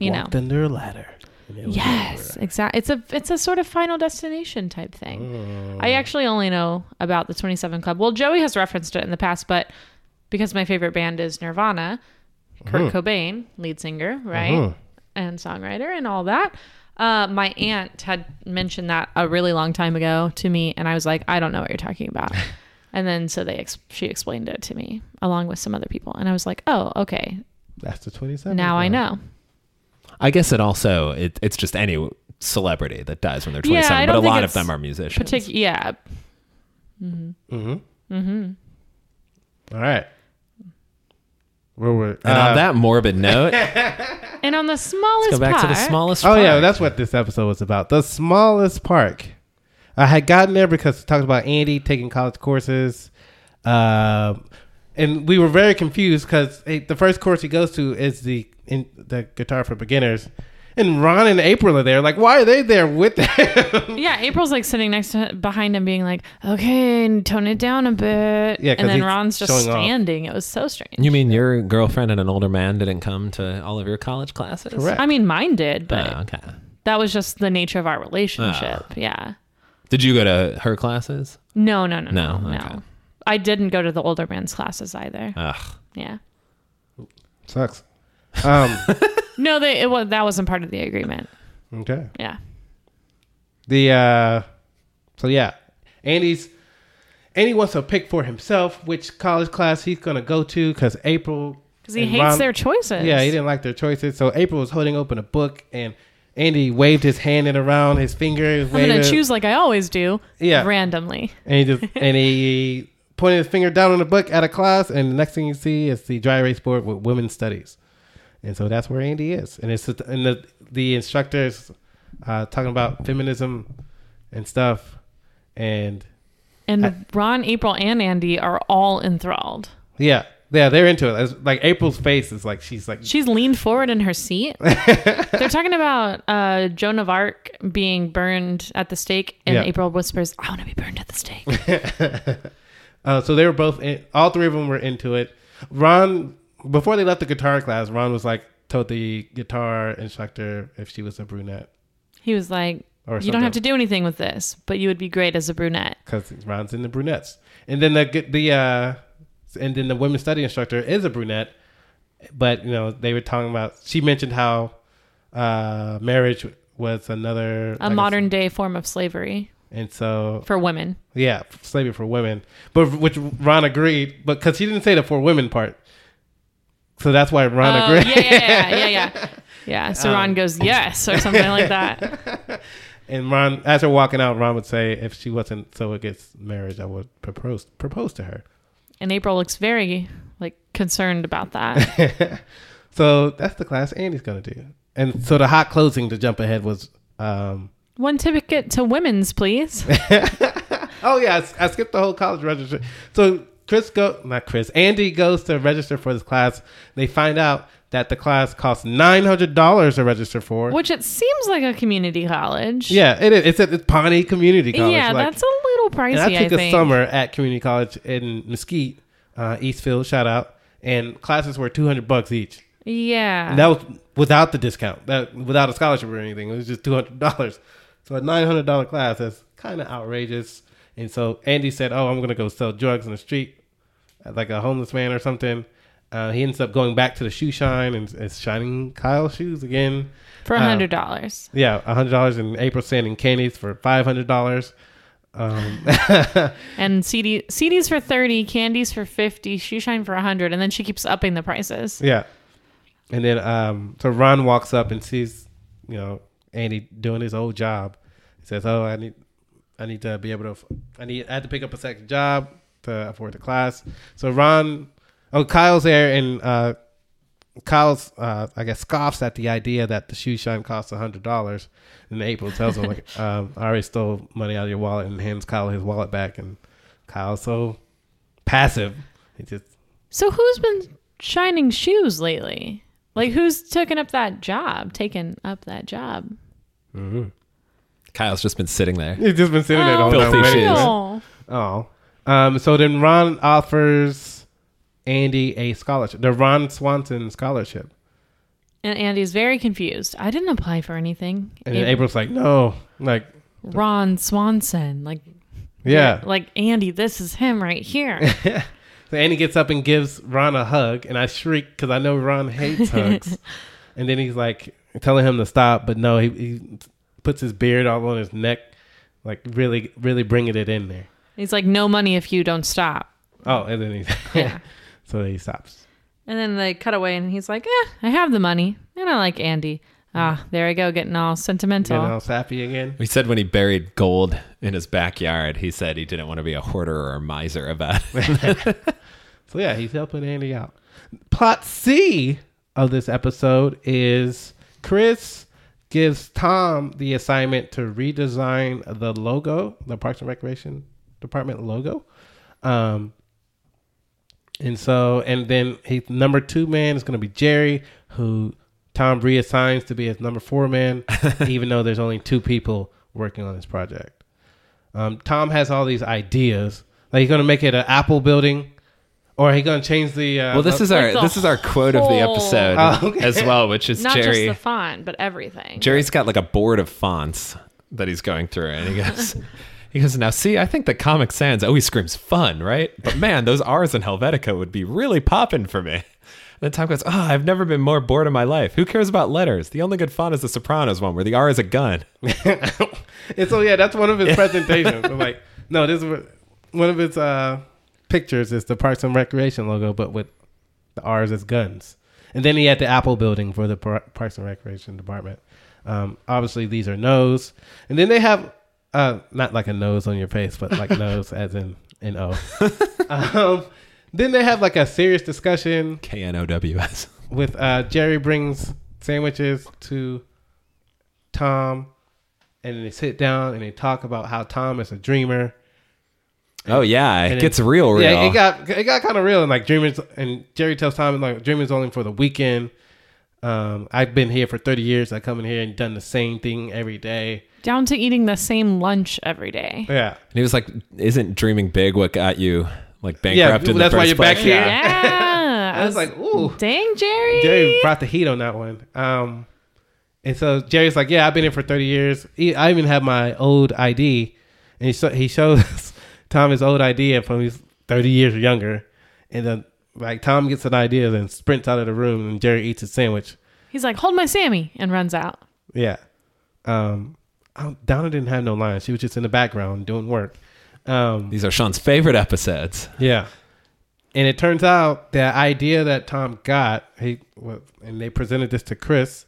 Speaker 2: You know.
Speaker 4: Walked under a ladder. And it was
Speaker 2: Yes, exactly. It's a it's a sort of final destination type thing.
Speaker 3: Oh.
Speaker 2: I actually only know about the 27 Club. Well, Joey has referenced it in the past, but because my favorite band is Nirvana, Kurt
Speaker 3: Mm-hmm.
Speaker 2: Cobain, lead singer, right? And songwriter and all that. Uh, my aunt had mentioned that a really long time ago to me and I was like, I don't know what you're talking about. and then so they ex- she explained it to me along with some other people and I was like, "Oh, okay.
Speaker 4: That's the 27.
Speaker 2: Now I know."
Speaker 3: I guess it also it, it's just any celebrity that dies when they're
Speaker 2: Yeah,
Speaker 3: 27,
Speaker 2: I
Speaker 3: but a
Speaker 2: don't think
Speaker 3: lot of
Speaker 2: it's
Speaker 3: them are musicians.
Speaker 2: Partic- yeah,
Speaker 4: All right. Where were?
Speaker 3: and
Speaker 4: uh,
Speaker 3: on that morbid note,
Speaker 2: And on the smallest
Speaker 3: go back
Speaker 2: part,
Speaker 3: to the smallest
Speaker 4: Oh yeah,
Speaker 3: part.
Speaker 4: that's what this episode was about. The smallest park. I had gotten there because it talked about Andy taking college courses, uh, and we were very confused because the first course he goes to is the in, the guitar for beginners, and Ron and April are there. Like, why are they there with him?
Speaker 2: Yeah, April's like sitting next to behind him, being like, "Okay, and tone it down a bit."
Speaker 4: Yeah, 'cause
Speaker 2: and then
Speaker 4: he's
Speaker 2: Ron's just
Speaker 4: showing off.
Speaker 2: standing. It was so strange.
Speaker 3: You mean your girlfriend and an older man didn't come to all of your college classes?
Speaker 4: Correct.
Speaker 2: I mean, mine did, but
Speaker 3: Oh, okay.
Speaker 2: that was just the nature of our relationship.
Speaker 4: Ah.
Speaker 2: Yeah.
Speaker 3: Did you go to her classes?
Speaker 2: No, no, no,
Speaker 3: No,
Speaker 2: no, no.
Speaker 3: okay.
Speaker 2: I didn't go to the older man's classes either.
Speaker 3: Ugh.
Speaker 2: Yeah.
Speaker 4: Sucks. Um,
Speaker 2: No, they it was that wasn't part of the agreement.
Speaker 4: okay.
Speaker 2: Yeah.
Speaker 4: The uh so yeah, Andy's Andy wants to pick for himself which college class he's gonna go to because April
Speaker 2: Because he
Speaker 4: and
Speaker 2: hates
Speaker 4: Ron-
Speaker 2: their choices.
Speaker 4: yeah he didn't like their choices. So April was holding open a book and Andy waved his hand and around his fingers.
Speaker 2: I'm gonna
Speaker 4: waved it,
Speaker 2: choose like I always do.
Speaker 4: Yeah.
Speaker 2: Randomly.
Speaker 4: and he just and he pointed his finger down on the book at a class and the next thing you see is the dry erase board with women's studies, and so that's where Andy is. And it's and the the instructors uh, talking about feminism and stuff and.
Speaker 2: And Ron, April, and Andy are all enthralled.
Speaker 4: Yeah, yeah, they're into it. It's like April's face is like she's like
Speaker 2: She's leaned forward in her seat. They're talking about uh, Joan of Arc being burned at the stake, and
Speaker 4: Yeah.
Speaker 2: April whispers, "I want to be burned at the stake."
Speaker 4: uh, so they were both in, all three of them were into it. Ron before they left the guitar class, Ron was like told the guitar instructor if she was a brunette
Speaker 2: he was like,
Speaker 4: Or
Speaker 2: "You don't have to
Speaker 4: something.
Speaker 2: do anything with this, but you would be great as a brunette."
Speaker 4: because Ron's in the brunettes, and then the gu- the uh, and then the women's study instructor is a brunette, but you know they were talking about she mentioned how uh, marriage was another
Speaker 2: A
Speaker 4: like
Speaker 2: modern day form of slavery
Speaker 4: and so
Speaker 2: for women.
Speaker 4: Yeah, slavery for women. But which Ron agreed, but because he didn't say the for women part, so that's why Ron Um,
Speaker 2: Oh, yeah,
Speaker 4: agreed.
Speaker 2: yeah, yeah, yeah, yeah. Yeah. So Ron goes, "Yes," or something like that.
Speaker 4: And Ron, as they're walking out, Ron would say, "If she wasn't so against marriage, I would propose propose to her."
Speaker 2: And April looks very like concerned about that.
Speaker 4: So that's the class Andy's gonna do. And so the hot closing to jump ahead was, um,
Speaker 2: One ticket to women's, please.
Speaker 4: oh yeah, I, I skipped the whole college registration. So Chris go not Chris. Andy goes to register for this class. They find out that the class costs nine hundred dollars to register for.
Speaker 2: Which it seems like a community college.
Speaker 4: Yeah, it is. It's at the Pawnee Community College.
Speaker 2: yeah,
Speaker 4: like-
Speaker 2: that's a little pricey.
Speaker 4: and
Speaker 2: I,
Speaker 4: I took a
Speaker 2: think.
Speaker 4: summer at community college in Mesquite, uh, Eastfield. Shout out. And classes were two hundred bucks each.
Speaker 2: Yeah,
Speaker 4: And that was without the discount, that without a scholarship or anything. It was just two hundred dollars. So a nine hundred dollar class that's kind of outrageous. And so Andy said, "Oh, I'm gonna go sell drugs in the street, uh, like a homeless man or something." Uh, he ends up going back to the shoe shine and, and shining Kyle's shoes again.
Speaker 2: for a
Speaker 4: um,
Speaker 2: hundred dollars.
Speaker 4: Yeah, hundred dollars and eight percent in candies for five hundred dollars. Um,
Speaker 2: and CD CDs for thirty, candies for fifty, shoe shine for hundred, and then she keeps upping the prices.
Speaker 4: Yeah. And then um so Ron walks up and sees, you know, Andy doing his old job. He says, "Oh, I need I need to be able to I need I had to pick up a second job to afford the class." So Ron oh Kyle's there and uh Kyle's, uh, I guess, scoffs at the idea that the shoe shine costs hundred dollars, and April tells him, "Like, um, I already stole money out of your wallet," and hands Kyle his wallet back. And Kyle's so passive; he just
Speaker 2: So who's been shining shoes lately? Like who's taken up that job? Taken up that job?
Speaker 3: Kyle's just been sitting there.
Speaker 4: he's just been sitting
Speaker 2: Oh.
Speaker 4: there. the whole time
Speaker 3: Filthy
Speaker 4: waiting.
Speaker 3: shoes.
Speaker 2: Kyle.
Speaker 4: Oh. Um, so then Ron offers Andy a scholarship, the Ron Swanson scholarship.
Speaker 2: And Andy's very confused. I didn't apply for anything.
Speaker 4: And then
Speaker 2: Ab-
Speaker 4: April's like, no. Like,
Speaker 2: Ron Swanson, like
Speaker 4: yeah.
Speaker 2: like Andy, this is him right here.
Speaker 4: So Andy gets up and gives Ron a hug, and I shriek because I know Ron hates hugs. And then he's like telling him to stop, but no, he, he puts his beard all on his neck, like really, really bringing it in there.
Speaker 2: He's like, no money if you don't stop.
Speaker 4: Oh, and then he's,
Speaker 2: Yeah.
Speaker 4: so he stops.
Speaker 2: And then they cut away, and he's like, "Eh, I have the money, and I like Andy." Ah, there I go, getting all sentimental.
Speaker 4: And all sappy again.
Speaker 3: He said when he buried gold in his backyard, he said he didn't want to be a hoarder or a miser about it.
Speaker 4: So yeah, he's helping Andy out. Plot C of this episode is Chris gives Tom the assignment to redesign the logo, the Parks and Recreation Department logo. Um and so and then his number two man is gonna be Jerry, who Tom reassigns to be his number four man, even though there's only two people working on this project. Um, Tom has all these ideas. Like he's gonna make it an Apple building, or he gonna change the. Uh,
Speaker 3: Well, this is our
Speaker 2: the
Speaker 3: this is our quote of the
Speaker 2: whole-
Speaker 3: episode
Speaker 4: Oh, okay.
Speaker 3: as well, which is
Speaker 2: Not just
Speaker 3: Jerry.
Speaker 2: the font, but everything.
Speaker 3: Jerry's got like a board of fonts that he's going through, and he goes, he goes, now see, I think the Comic Sans always screams fun, right? But man, those R's in Helvetica would be really popping for me. And then Tom goes, ah, I've never been more bored in my life. Who cares about letters? The only good font is the Sopranos one, where the R is a gun.
Speaker 4: and so yeah, that's one of his presentations. I'm like, no, this is what- one of his uh, pictures is the Parks and Recreation logo, but with the R's as guns. And then he had the Apple building for the Par- Parks and Recreation department. Um, obviously, these are nose, and then they have uh, not like a nose on your face, but like nose as in an O. um, then they have like a serious discussion
Speaker 3: K N O W S.
Speaker 4: with uh, Jerry brings sandwiches to Tom, and they sit down and they talk about how Tom is a dreamer.
Speaker 3: Oh yeah, it
Speaker 4: And
Speaker 3: gets real, real.
Speaker 4: Yeah, it got it got kind of real, and like dreamers, and Jerry tells Tom like dreamers only for the weekend. Um, I've been here for thirty years. I come in here and done the same thing every day.
Speaker 2: Down to eating the same lunch every day.
Speaker 4: Yeah,
Speaker 3: And he was like, "Isn't dreaming big what got you like bankrupt in the
Speaker 4: that's
Speaker 3: first
Speaker 4: why you're back
Speaker 3: place?"
Speaker 4: here.
Speaker 2: Yeah.
Speaker 4: I was like, ooh,
Speaker 2: dang, Jerry.
Speaker 4: Jerry brought the heat on that one. Um, and so Jerry's like, "Yeah, I've been here for thirty years. E- I even have my old ID." And he, sho- he shows Tom his old ID and from he's thirty years younger. And then like Tom gets an idea and sprints out of the room, and Jerry eats his sandwich.
Speaker 2: He's like, hold my Sammy, and runs out.
Speaker 4: Yeah. Um, I don't- Donna didn't have no line. She was just in the background doing work. Um,
Speaker 3: These are Sean's favorite episodes.
Speaker 4: Yeah. And it turns out the idea that Tom got, he well, and they presented this to Chris,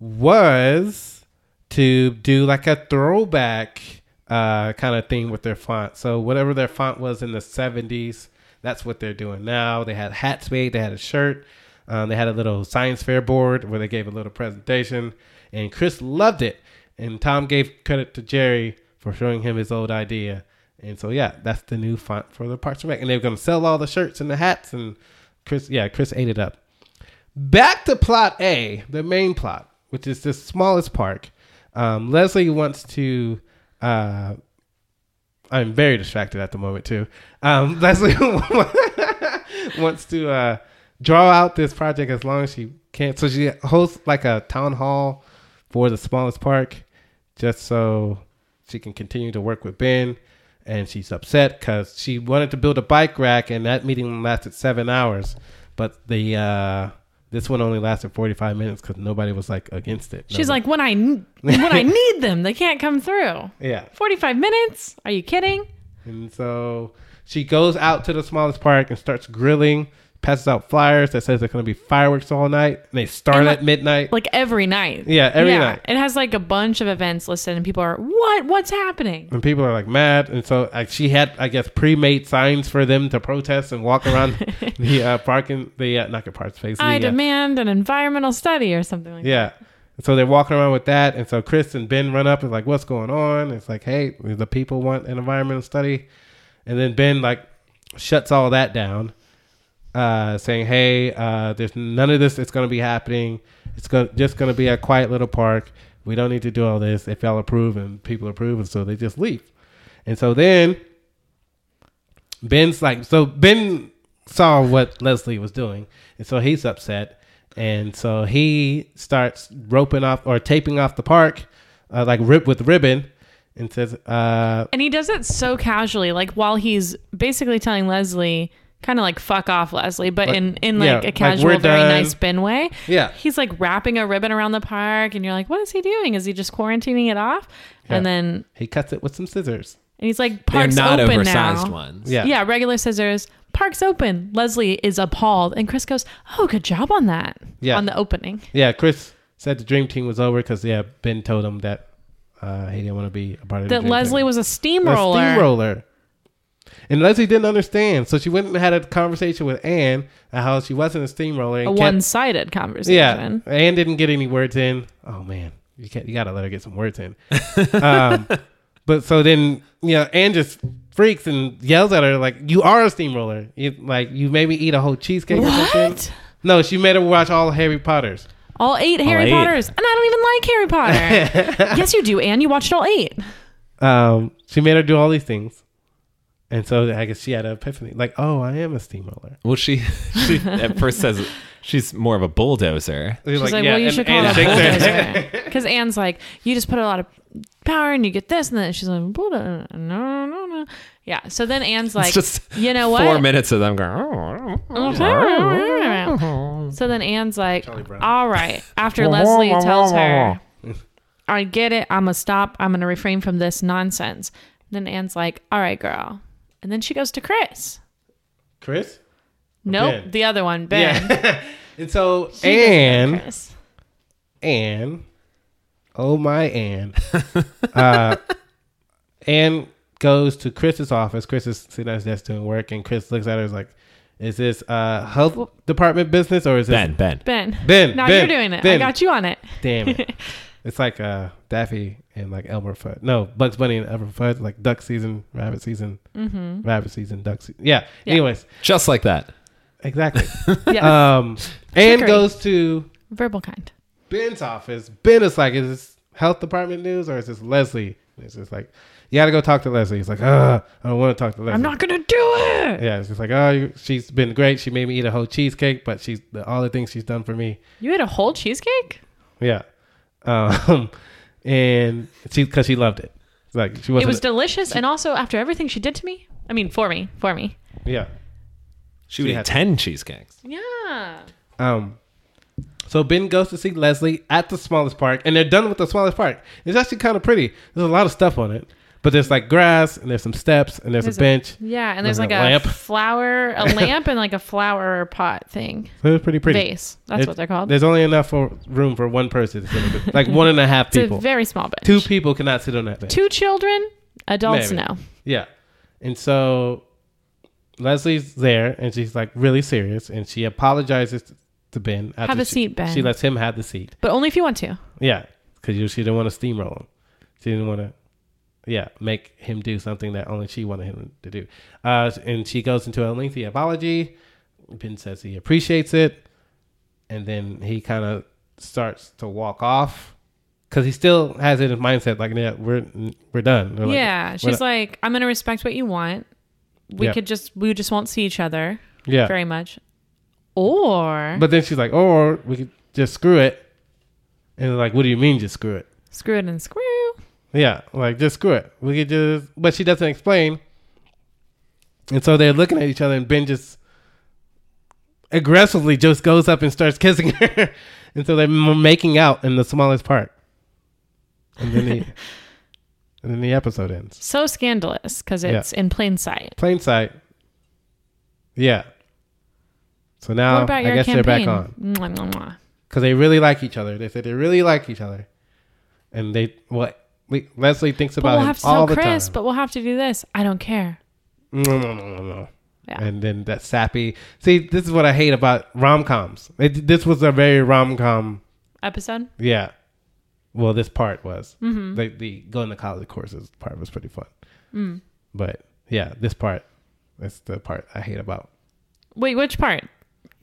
Speaker 4: was to do like a throwback uh, kind of thing with their font. So whatever their font was in the '70s, that's what they're doing now. They had hats made, they had a shirt, um, they had a little science fair board where they gave a little presentation, and Chris loved it. And Tom gave credit to Jerry for showing him his old idea, And so yeah, that's the new font for the Parks and Rec, and they're gonna sell all the shirts and the hats. And Chris, yeah, Chris ate it up. Back to plot A, the main plot, which is the smallest park. Um, Leslie wants to. Uh, I'm very distracted at the moment too. Um, Leslie wants to uh, draw out this project as long as she can. So she hosts like a town hall for the smallest park, just so she can continue to work with Ben. And she's upset because she wanted to build a bike rack, and that meeting lasted seven hours, but the uh, this one only lasted forty five minutes because nobody was like against it.
Speaker 2: She's
Speaker 4: Nobody-
Speaker 2: like, when I n- when I need them, they can't come through.
Speaker 4: yeah.
Speaker 2: Forty five minutes? Are you kidding?
Speaker 4: And so she goes out to the smallest park and starts grilling, passes out flyers that says there's going to be fireworks all night. And they start
Speaker 2: And, like-
Speaker 4: at midnight.
Speaker 2: Like every night.
Speaker 4: Yeah, every night.
Speaker 2: It has like a bunch of events listed, and people are what? What's happening?
Speaker 4: and people are like mad. And so like, she had, I guess, pre-made signs for them to protest and walk around the uh, parking, the uh, not the park space.
Speaker 2: I
Speaker 4: the, uh,
Speaker 2: demand an environmental study or something like.
Speaker 4: Yeah. So they're walking around with that, and so Chris and Ben run up and like, "What's going on?" It's like, "Hey, the people want an environmental study," and then Ben like shuts all that down, uh, saying, "Hey, uh, there's none of this. It's going to be happening. It's going just going to be a quiet little park. We don't need to do all this. If y'all approve and people approve, and so they just leave." And so then Ben's like, so Ben saw what Leslie was doing, and so he's upset, and so he starts roping off or taping off the park, uh, like rip with ribbon, and says, uh,
Speaker 2: And he does it so casually, like while he's basically telling Leslie, kind of like "fuck off, Leslie," but
Speaker 4: Like,
Speaker 2: in in
Speaker 4: yeah,
Speaker 2: like a
Speaker 4: like,
Speaker 2: casual,
Speaker 4: "We're
Speaker 2: very
Speaker 4: done."
Speaker 2: nice Ben way.
Speaker 4: "Yeah,
Speaker 2: He's like wrapping a ribbon around the park, and you're like, "What is he doing? Is he just quarantining it off?"
Speaker 4: Yeah.
Speaker 2: And then and
Speaker 4: he cuts it with some scissors."
Speaker 2: he's like,
Speaker 3: They're
Speaker 2: "Park's
Speaker 3: not
Speaker 2: open
Speaker 3: oversized
Speaker 2: now."
Speaker 3: ones.
Speaker 4: Yeah,
Speaker 2: yeah, regular scissors. Park's open. Leslie is appalled, and Chris goes, "Oh, good job on that."
Speaker 4: Yeah.
Speaker 2: on the opening.
Speaker 4: yeah. Chris said the dream team was over because yeah, Ben told him that uh, he didn't want to be a part of the
Speaker 2: That
Speaker 4: dream
Speaker 2: Leslie
Speaker 4: team.
Speaker 2: was a
Speaker 4: A
Speaker 2: steamroller.
Speaker 4: steamroller. And Leslie didn't understand, so she went and had a conversation with Anne about how she wasn't a steamroller. And
Speaker 2: A
Speaker 4: kept-
Speaker 2: one-sided
Speaker 4: Yeah,
Speaker 2: conversation.
Speaker 4: Anne didn't get any words in. Oh man, you can't, you gotta let her get some words in. um, but so then you know Anne just freaks and yells at her like, "You are a steamroller! You, like you made me eat a whole cheesecake or something."
Speaker 2: What?
Speaker 4: No, she made her watch all Harry Potter's.
Speaker 2: All eight Harry
Speaker 3: eight.
Speaker 2: Potters, and I don't even like Harry Potter. yes, you do, Anne. You watched all eight.
Speaker 4: Um, she made her do all these things, and so I guess she had an epiphany like, "Oh, I am a steamroller."
Speaker 3: Well, she, she at first says she's more of a bulldozer.
Speaker 4: She's
Speaker 2: She's like, well, you
Speaker 4: and
Speaker 2: should call
Speaker 4: Anne
Speaker 2: it a
Speaker 4: shakes her head.
Speaker 2: bulldozer. Because Anne's like, you just put a lot of power and you get this, and then she's like, bulldozer. No, no, no. Yeah. So then Anne's like,
Speaker 3: it's just
Speaker 2: you know what?
Speaker 3: four minutes of them going. "Oh, oh, oh."
Speaker 2: so then Anne's like, all right. After Leslie tells her, I get it. I'm going to stop. I'm going to refrain from this nonsense. Then Anne's like, all right, girl. And then she goes to Chris.
Speaker 4: Chris.
Speaker 2: Nope,
Speaker 4: Ben.
Speaker 2: the other one, Ben.
Speaker 4: Yeah. and so
Speaker 2: She doesn't like
Speaker 4: Anne.
Speaker 2: Chris.
Speaker 4: Anne. Oh my Anne. uh, Anne goes to Chris's office. Chris is sitting at his desk doing work, and Chris looks at her and is like, "Is this uh, health department business or is this
Speaker 3: Ben, Ben.
Speaker 2: Ben.
Speaker 4: Ben,
Speaker 2: Now
Speaker 4: Ben,
Speaker 2: you're doing it. I
Speaker 4: Ben.
Speaker 2: got you on it.
Speaker 4: Damn it! it's like uh, Daffy and like Elmer Fudd. No, Bugs Bunny and Elmer Fudd. Like duck season, rabbit season,
Speaker 2: Mm-hmm.
Speaker 4: rabbit season, duck season. Yeah.
Speaker 2: Yeah.
Speaker 4: Anyways,
Speaker 3: Just like that.
Speaker 4: exactly.
Speaker 2: Yeah.
Speaker 4: um, Anne
Speaker 2: Trickery.
Speaker 4: goes to
Speaker 2: Verbal kind.
Speaker 4: Ben's office. Ben is like, is this health department news or is this Leslie? And It's just like, you gotta go talk to Leslie. He's like, Ugh, I don't want to talk to Leslie.
Speaker 2: I'm not gonna do it.
Speaker 4: Yeah, it's just like, oh, you- she's been great. She made me eat a whole cheesecake, but she's all the things she's done for me.
Speaker 2: You ate a whole cheesecake?
Speaker 4: Yeah, um, and she because she loved it. It's Like she wasn't.
Speaker 2: it was delicious, and also after everything she did to me, I mean, for me, for me.
Speaker 4: yeah.
Speaker 3: She would
Speaker 4: She
Speaker 3: eat
Speaker 4: had-
Speaker 3: ten cheesecakes.
Speaker 2: Yeah.
Speaker 4: Um, so Ben goes to see Leslie at the smallest park, and they're done with the smallest park. It's actually kind of pretty. There's a lot of stuff on it, but there's like grass, and there's some steps, and there's,
Speaker 2: There's
Speaker 4: a
Speaker 2: a-
Speaker 4: bench.
Speaker 2: Yeah, and there's
Speaker 4: Wasn't
Speaker 2: like
Speaker 4: it
Speaker 2: a
Speaker 4: a lamp?
Speaker 2: flower, a lamp, and like a flower pot thing,
Speaker 4: So it was pretty pretty.
Speaker 2: vase. That's
Speaker 4: It-
Speaker 2: what they're called. It's
Speaker 4: There's only enough for room for one person, to sit on it. like one and a half
Speaker 2: a
Speaker 4: people.
Speaker 2: very small bench.
Speaker 4: Two people cannot sit on that bench.
Speaker 2: Two children, adults
Speaker 4: Maybe.
Speaker 2: no.
Speaker 4: Yeah, and so Leslie's there, and she's like really serious, and she apologizes to Ben. After
Speaker 2: Have a
Speaker 4: she-
Speaker 2: seat, Ben.
Speaker 4: She lets him have the seat.
Speaker 2: but only if you want to.
Speaker 4: Yeah, because she didn't want to steamroll him. She didn't want to yeah, make him do something that only she wanted him to do. Uh, and she goes into a lengthy apology. Ben says he appreciates it, and then he kind of starts to walk off because he still has it in his mindset like, yeah, we're we're done. We're like-
Speaker 2: yeah.
Speaker 4: we're
Speaker 2: She's
Speaker 4: not-
Speaker 2: like, I'm gonna respect what you want. We
Speaker 4: Yeah.
Speaker 2: could just we just won't see each other
Speaker 4: yeah.
Speaker 2: very much. Or
Speaker 4: But then she's like, or we could just screw it, and they're like, what do you mean just screw it?
Speaker 2: screw it and screw.
Speaker 4: Yeah, like just screw it. We could just, but she doesn't explain. And so they're looking at each other, and Ben just aggressively just goes up and starts kissing her. and so they're m- making out in the smallest part. And then the, and then the episode ends.
Speaker 2: So scandalous because
Speaker 4: Yeah.
Speaker 2: it's in plain sight.
Speaker 4: Plain sight. Yeah. So now
Speaker 2: what about your
Speaker 4: Oh, I guess
Speaker 2: campaign?
Speaker 4: they're back on
Speaker 2: Mwah, mwah, mwah.
Speaker 4: because they really like each other. They said they really like each other, and they what Le- Leslie thinks
Speaker 2: But
Speaker 4: about
Speaker 2: we'll
Speaker 4: him
Speaker 2: have to
Speaker 4: all
Speaker 2: tell
Speaker 4: the
Speaker 2: Chris,
Speaker 4: time.
Speaker 2: but we'll have to do this. I don't care.
Speaker 4: No, no, no, no, no.
Speaker 2: Yeah.
Speaker 4: And then that sappy. See, this is what I hate about rom coms. This was a very rom com.
Speaker 2: Episode?
Speaker 4: Yeah. Well, this part was. Mm-hmm. The, the going to college courses part was pretty fun.
Speaker 2: Mm.
Speaker 4: But yeah, this part. That's the part I hate about.
Speaker 2: Wait, which part?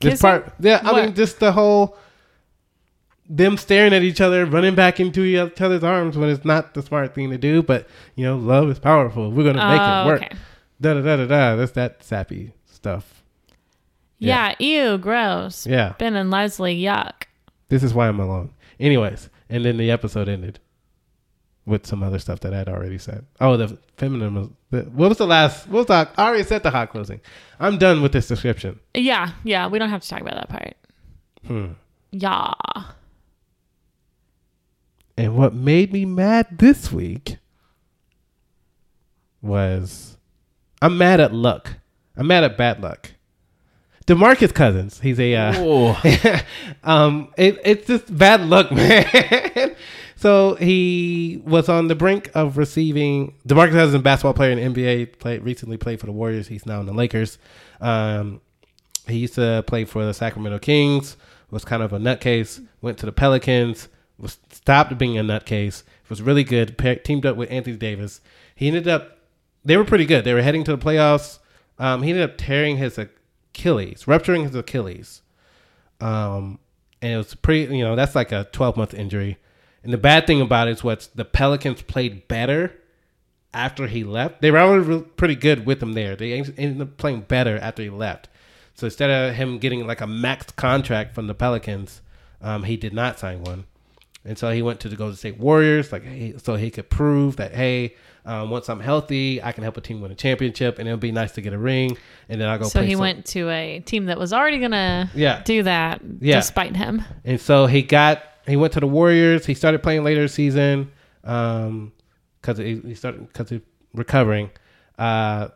Speaker 4: This
Speaker 2: Kissing?
Speaker 4: part. Yeah, I mean,
Speaker 2: What?
Speaker 4: just the whole. Them staring at each other, running back into each other's arms when it's not the smart thing to do, but you know, love is powerful. We're gonna make
Speaker 2: Oh,
Speaker 4: it work.
Speaker 2: okay.
Speaker 4: Da da da da da. That's that sappy stuff.
Speaker 2: Yeah. ew, gross.
Speaker 4: Yeah.
Speaker 2: Ben and Leslie, yuck.
Speaker 4: this is why I'm alone. Anyways, and then the episode ended with some other stuff that I'd already said. Oh, the feminism. The, what was the last? What was the, I already said the hot closing. I'm done with this description.
Speaker 2: Yeah, yeah, we don't have to talk about that part.
Speaker 4: Hmm.
Speaker 2: Yeah.
Speaker 4: And what made me mad this week was I'm mad at luck. I'm mad at bad luck. Demarcus Cousins. He's a uh,
Speaker 3: Oh,
Speaker 4: um, it, it's just bad luck, man. so he was on the brink of receiving. DeMarcus Cousins, basketball player in the NBA, played recently played for the Warriors. He's now in the Lakers. Um, he used to play for the Sacramento Kings. Was kind of a nutcase. Went to the Pelicans. Was stopped being a nutcase. Was really good. pa- teamed up with Anthony Davis. He ended up. They were pretty good. They were heading to the playoffs. Um, he ended up tearing his Achilles, rupturing his Achilles um, and it was pretty. You know, that's like a twelve month injury. And the bad thing about it is what the Pelicans played better after he left. They were already re- pretty good with him there. They en- ended up playing better after he left. So instead of him getting like a max contract from the Pelicans, um, he did not sign one. And so he went to the Golden State Warriors, like hey, so he could prove that hey, um, once I'm healthy, I can help a team win a championship, and it'll be nice to get a ring. And then I'll go.
Speaker 2: So
Speaker 4: play
Speaker 2: he
Speaker 4: some-
Speaker 2: went to a team that was already gonna
Speaker 4: Yeah.
Speaker 2: do that
Speaker 4: Yeah.
Speaker 2: despite him.
Speaker 4: And so he got he went to the Warriors. He started playing later season um cuz he, he started cuz he recovering. Uh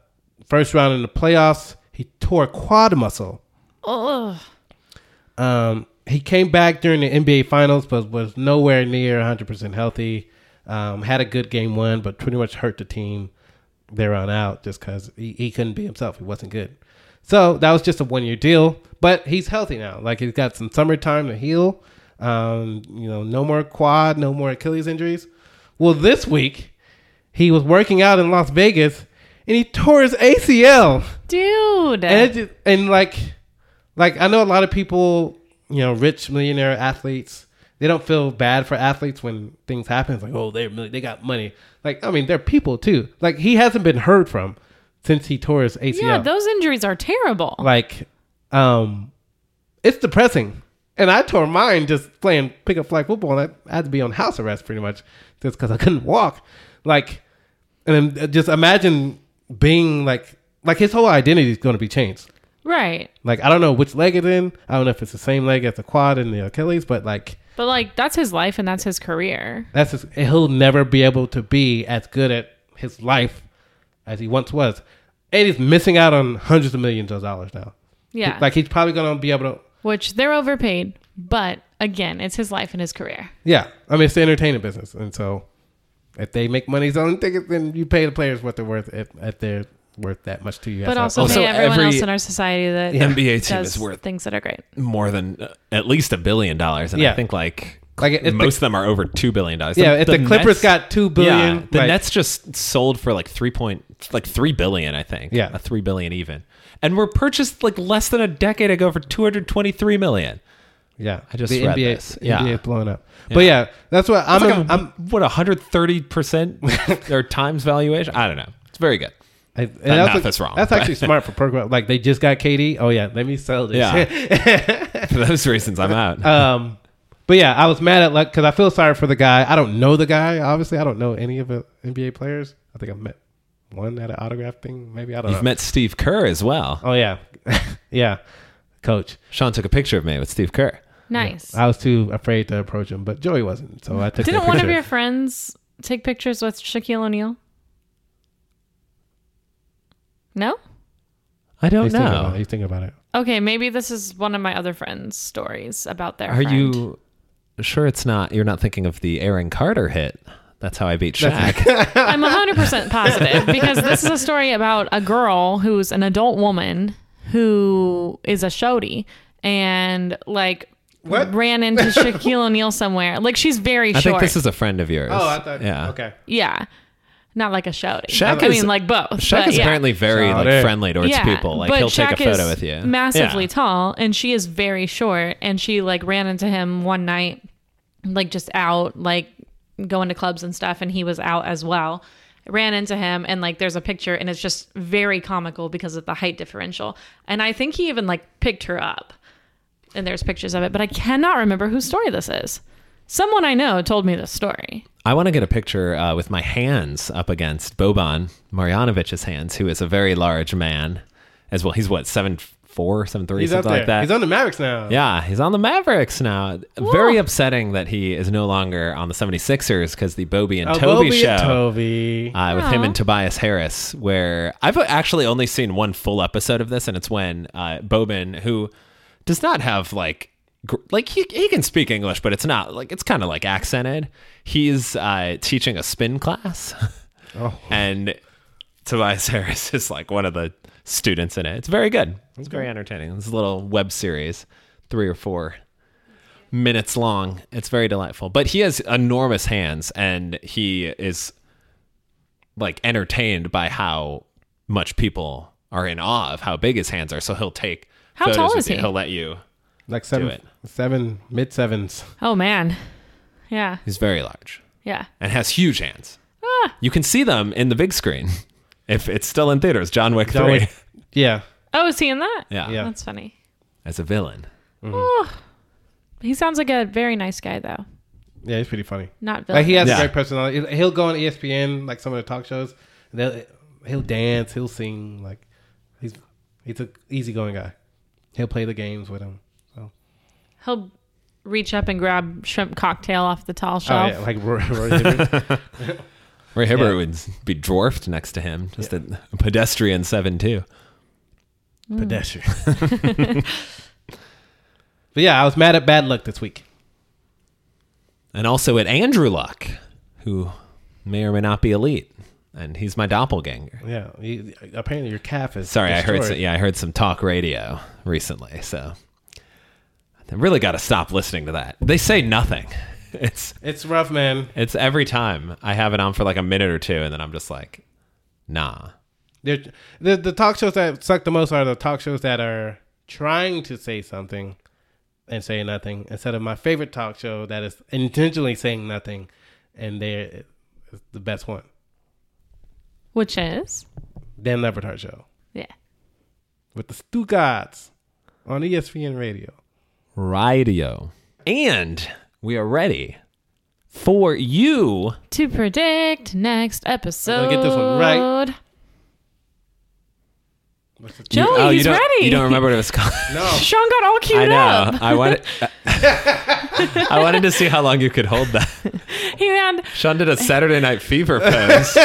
Speaker 4: first round in the playoffs, he tore quad muscle.
Speaker 2: Oh
Speaker 4: Um he came back during the NBA finals but was nowhere near 100% healthy. Um had a good game one but pretty much hurt the team there on out just cuz he, he couldn't be himself. He wasn't good. So that was just a one year deal, but he's healthy now. Like he's got some summertime to heal. Um, you know, no more quad, no more Achilles injuries. Well, this week he was working out in Las Vegas and he tore his ACL.
Speaker 2: dude.
Speaker 4: And it just, and like like I know a lot of people, you know, rich millionaire athletes, they don't feel bad for athletes when things happen. It's like, oh, they're mil- they got money. Like I mean, they're people too. Like he hasn't been heard from since he tore his ACL
Speaker 2: yeah, those injuries are terrible.
Speaker 4: like um it's depressing and i tore mine just playing pickup flag football and i had to be on house arrest pretty much just because i couldn't walk like and then uh, just imagine being like like his whole identity is going to be changed
Speaker 2: right.
Speaker 4: like i don't know which leg it's in i don't know if it's the same leg as the quad and the achilles but like
Speaker 2: But like that's his life and that's his career.
Speaker 4: that's his, he'll never be able to be as good at his life as he once was and he's missing out on hundreds of millions of dollars now
Speaker 2: Yeah.
Speaker 4: like he's probably going to be able to
Speaker 2: Which they're overpaid, but again, it's his life and his career.
Speaker 4: Yeah, I mean it's the entertainment business, and so if they make money selling tickets, then you pay the players what they're worth if, if they're worth that much to you.
Speaker 2: But
Speaker 4: That's
Speaker 2: also,
Speaker 3: Also,
Speaker 2: pay everyone
Speaker 3: every
Speaker 2: else in our society that
Speaker 3: NBA team
Speaker 2: does
Speaker 3: is worth
Speaker 2: things that are great.
Speaker 3: more than uh, at least a billion dollars, and I
Speaker 4: Yeah.
Speaker 3: think like
Speaker 4: Like if the-
Speaker 3: most of them are over two billion dollars.
Speaker 4: Yeah, if the
Speaker 3: Nets-
Speaker 4: Clippers got two billion,
Speaker 3: yeah, the
Speaker 4: like-
Speaker 3: Nets just sold for like three point, like three billion, I think.
Speaker 4: Yeah.
Speaker 3: a three billion even, and were purchased like less than a decade ago for two hundred twenty three million.
Speaker 4: Yeah,
Speaker 3: I just
Speaker 4: the
Speaker 3: read
Speaker 4: NBA,
Speaker 3: this. Yeah.
Speaker 4: NBA blowing up. But yeah, that's what I'm.
Speaker 3: It's
Speaker 4: I'm,
Speaker 3: like a, what hundred thirty percent their times valuation. I don't know. It's very good.
Speaker 4: I- and
Speaker 3: math
Speaker 4: like-
Speaker 3: is wrong,
Speaker 4: That's
Speaker 3: but-
Speaker 4: actually smart for program. Like they just got KD. Oh yeah, let me sell this.
Speaker 3: Yeah, for those reasons, I'm out.
Speaker 4: um, but yeah, I was mad at like because I feel sorry for the guy. I don't know the guy. Obviously, I don't know any of the NBA players. I think I've met one at an autograph thing. Maybe I don't
Speaker 3: You've
Speaker 4: know.
Speaker 3: met Steve Kerr as well.
Speaker 4: oh yeah, yeah, coach.
Speaker 3: Sean took a picture of me with Steve Kerr.
Speaker 2: Nice.
Speaker 4: I was too afraid to approach him, but Joey wasn't. So I took
Speaker 2: Didn't
Speaker 4: that
Speaker 2: one of
Speaker 4: picture.
Speaker 2: your friends take pictures with Shaquille O'Neal? No?
Speaker 3: I don't
Speaker 4: He's thinking about
Speaker 3: know.
Speaker 4: it. He's thinking about it.
Speaker 2: Okay, maybe this is one of my other friends' stories about their
Speaker 3: Are
Speaker 2: friend.
Speaker 3: you sure it's not? You're not thinking of the Aaron Carter hit. That's how I beat Shaq.
Speaker 2: I'm 100% positive because this is a story about a girl who's an adult woman who is a shoddy and like
Speaker 4: What?
Speaker 2: ran into Shaquille O'Neal somewhere. Like she's very
Speaker 3: I
Speaker 2: short.
Speaker 3: think this is a friend of yours.
Speaker 4: Oh, I thought.
Speaker 3: Yeah.
Speaker 4: Okay.
Speaker 2: yeah. Not like a shoddy.
Speaker 3: Shaq
Speaker 2: I
Speaker 3: is-
Speaker 2: mean like both.
Speaker 3: Shaq
Speaker 2: but
Speaker 3: is
Speaker 2: yeah.
Speaker 3: apparently very
Speaker 4: Shout
Speaker 3: like
Speaker 4: out.
Speaker 3: friendly towards people. Like
Speaker 2: but
Speaker 3: he'll take a
Speaker 2: Shaq
Speaker 3: photo
Speaker 2: is
Speaker 3: with you.
Speaker 2: Massively
Speaker 3: Yeah.
Speaker 2: tall, and she is very short. And she like ran into him one night, like just out, like going to clubs and stuff, and he was out as well. Ran into him, and like there's a picture, and it's just very comical because of the height differential. And I think he even like picked her up, and there's pictures of it, but I cannot remember whose story this is. Someone I know told me this story.
Speaker 3: I want to get a picture uh, with my hands up against Boban Marjanovich's hands, who is a very large man as well. He's what seven four, seven three,
Speaker 4: He's up
Speaker 3: something
Speaker 4: there.
Speaker 3: like that.
Speaker 4: He's on the Mavericks now.
Speaker 3: Yeah, he's on the Mavericks now. Very upsetting that he is no longer on the 76ers because the Bobby and
Speaker 4: Oh,
Speaker 3: Toby
Speaker 4: Bobby
Speaker 3: show
Speaker 4: and Toby.
Speaker 3: uh, with him
Speaker 2: Aw.
Speaker 3: and Tobias Harris, where I've actually only seen one full episode of this, and it's when uh, Bobin, who does not have like gr- like he, he can speak English, but it's not like it's kind of like accented. He's uh, teaching a spin class, and Tobias Harris is like one of the students in it. It's very good. It's very entertaining. It's a little web series, three or four minutes long. It's very delightful. But he has enormous hands and he is like entertained by how much people are in awe of how big his hands are. So he'll take
Speaker 2: How
Speaker 3: photos
Speaker 2: tall
Speaker 3: with
Speaker 2: is
Speaker 3: you.
Speaker 2: he?
Speaker 3: He'll let you.
Speaker 4: like seven,
Speaker 3: it.
Speaker 4: seven mid sevens.
Speaker 2: Oh man, yeah,
Speaker 3: He's very large
Speaker 2: yeah.
Speaker 3: and has huge hands.
Speaker 2: Ah.
Speaker 3: You can see them in the big screen if it's still in theaters. John Wick 3.
Speaker 4: Yeah,
Speaker 2: Oh, is he in that?
Speaker 3: Yeah.
Speaker 4: Yeah.
Speaker 2: That's funny.
Speaker 3: As a villain.
Speaker 2: He sounds like a very nice guy, though.
Speaker 4: yeah, he's pretty funny.
Speaker 2: Not villain.
Speaker 4: Like Uh, he has
Speaker 3: Yeah.
Speaker 4: a great personality. He'll- He'll go on E ESPN, like some of the talk shows. They'll, he'll dance. He'll sing. Like he's he's an easygoing guy. He'll play the games with him. So
Speaker 2: He'll reach up and grab shrimp cocktail off the tall
Speaker 4: oh
Speaker 2: shelf.
Speaker 4: yeah, like Roy, Roy Hibbert.
Speaker 3: Ray Hibbert would be dwarfed next to him, just a pedestrian 7 2.
Speaker 4: pedestrian. but yeah, I was mad at bad luck this week.
Speaker 3: and also at Andrew Luck, who may or may not be elite, and he's my doppelganger.
Speaker 4: Yeah, he, apparently your calf is.
Speaker 3: Sorry, I heard
Speaker 4: destroyed.
Speaker 3: some, yeah, I heard some talk radio recently, so I really got to stop listening to that. They say nothing. It's
Speaker 4: It's rough, man.
Speaker 3: it's every time I have it on for like a minute or two, and then I'm just like, nah.
Speaker 4: They're, the the talk shows that suck the most are the talk shows that are trying to say something and say nothing instead of my favorite talk show that is intentionally saying nothing and they're it's the best one.
Speaker 2: Which is?
Speaker 4: Dan Lebertard show
Speaker 2: Yeah.
Speaker 4: with the Stu Gods on E ESPN Radio.
Speaker 3: Radio, and we are ready for you.
Speaker 2: To predict next episode.
Speaker 4: get this one right. What's it-
Speaker 2: Joey,
Speaker 3: oh,
Speaker 2: he's
Speaker 3: you don't,
Speaker 2: ready.
Speaker 3: You don't remember what it was called?
Speaker 4: No,
Speaker 2: Sean got all queued
Speaker 3: I know.
Speaker 2: up.
Speaker 3: I wanted. I wanted to see how long you could hold that.
Speaker 2: He had.
Speaker 3: Sean did a Saturday Night Fever pose.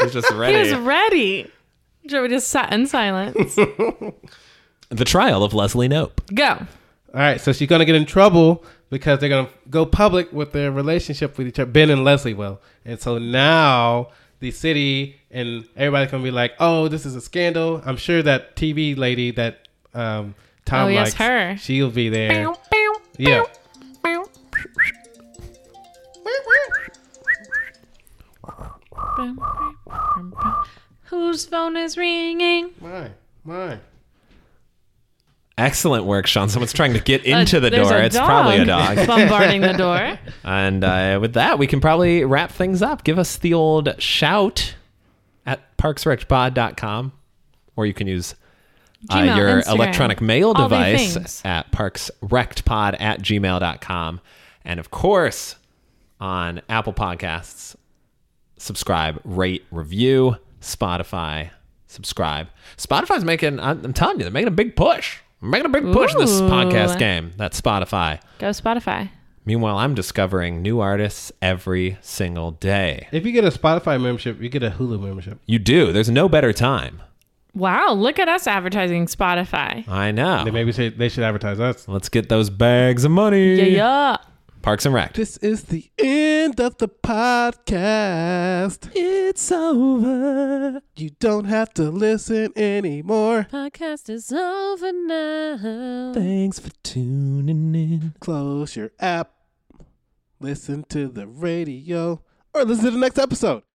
Speaker 3: He's just
Speaker 2: He
Speaker 3: ready.
Speaker 2: was ready. Joey just sat in silence.
Speaker 3: the trial of Leslie Nope.
Speaker 2: Go.
Speaker 4: all right. So she's gonna get in trouble because they're gonna go public with their relationship with each other. Ben and Leslie will, and so now the city and everybody's gonna be like, "Oh, this is a scandal." I'm sure that TV lady that um, Tom
Speaker 2: Oh, yes,
Speaker 4: likes,
Speaker 2: her.
Speaker 4: she'll be there.
Speaker 2: Bow, bow,
Speaker 4: Yeah.
Speaker 2: bow, bow. Whose phone is ringing?
Speaker 4: Mine. Mine.
Speaker 3: Excellent work, Sean. Someone's trying to get
Speaker 2: Uh,
Speaker 3: into the
Speaker 2: there's
Speaker 3: door.
Speaker 2: a
Speaker 3: It's probably a dog.
Speaker 2: bombarding the door.
Speaker 3: and uh, with that, we can probably wrap things up. Give us the old shout at parksrecpod.com, or you can use uh,
Speaker 2: Gmail,
Speaker 3: your
Speaker 2: Instagram,
Speaker 3: electronic mail
Speaker 2: all the
Speaker 3: device
Speaker 2: things.
Speaker 3: at parksrectpod at gmail.com. And of course, on Apple Podcasts, subscribe, rate, review, Spotify, subscribe. Spotify's making, I'm I'm telling you, they're making a big push. They're making a big push in this
Speaker 2: Ooh.
Speaker 3: podcast game. That's Spotify.
Speaker 2: Go Spotify.
Speaker 3: Meanwhile, I'm discovering new artists every single day.
Speaker 4: If you get a Spotify membership, you get a Hulu membership.
Speaker 3: You do. There's no better time.
Speaker 2: Wow, look at us advertising Spotify.
Speaker 3: I know.
Speaker 4: They maybe should, they should advertise us.
Speaker 3: Let's get those bags of money.
Speaker 2: Yeah, yeah.
Speaker 3: Parks and Rec.
Speaker 1: This is the end of the podcast. It's over. You don't have to listen anymore.
Speaker 2: Podcast is over now.
Speaker 1: Thanks for tuning in. Close your app, listen to the radio, or listen to the next episode.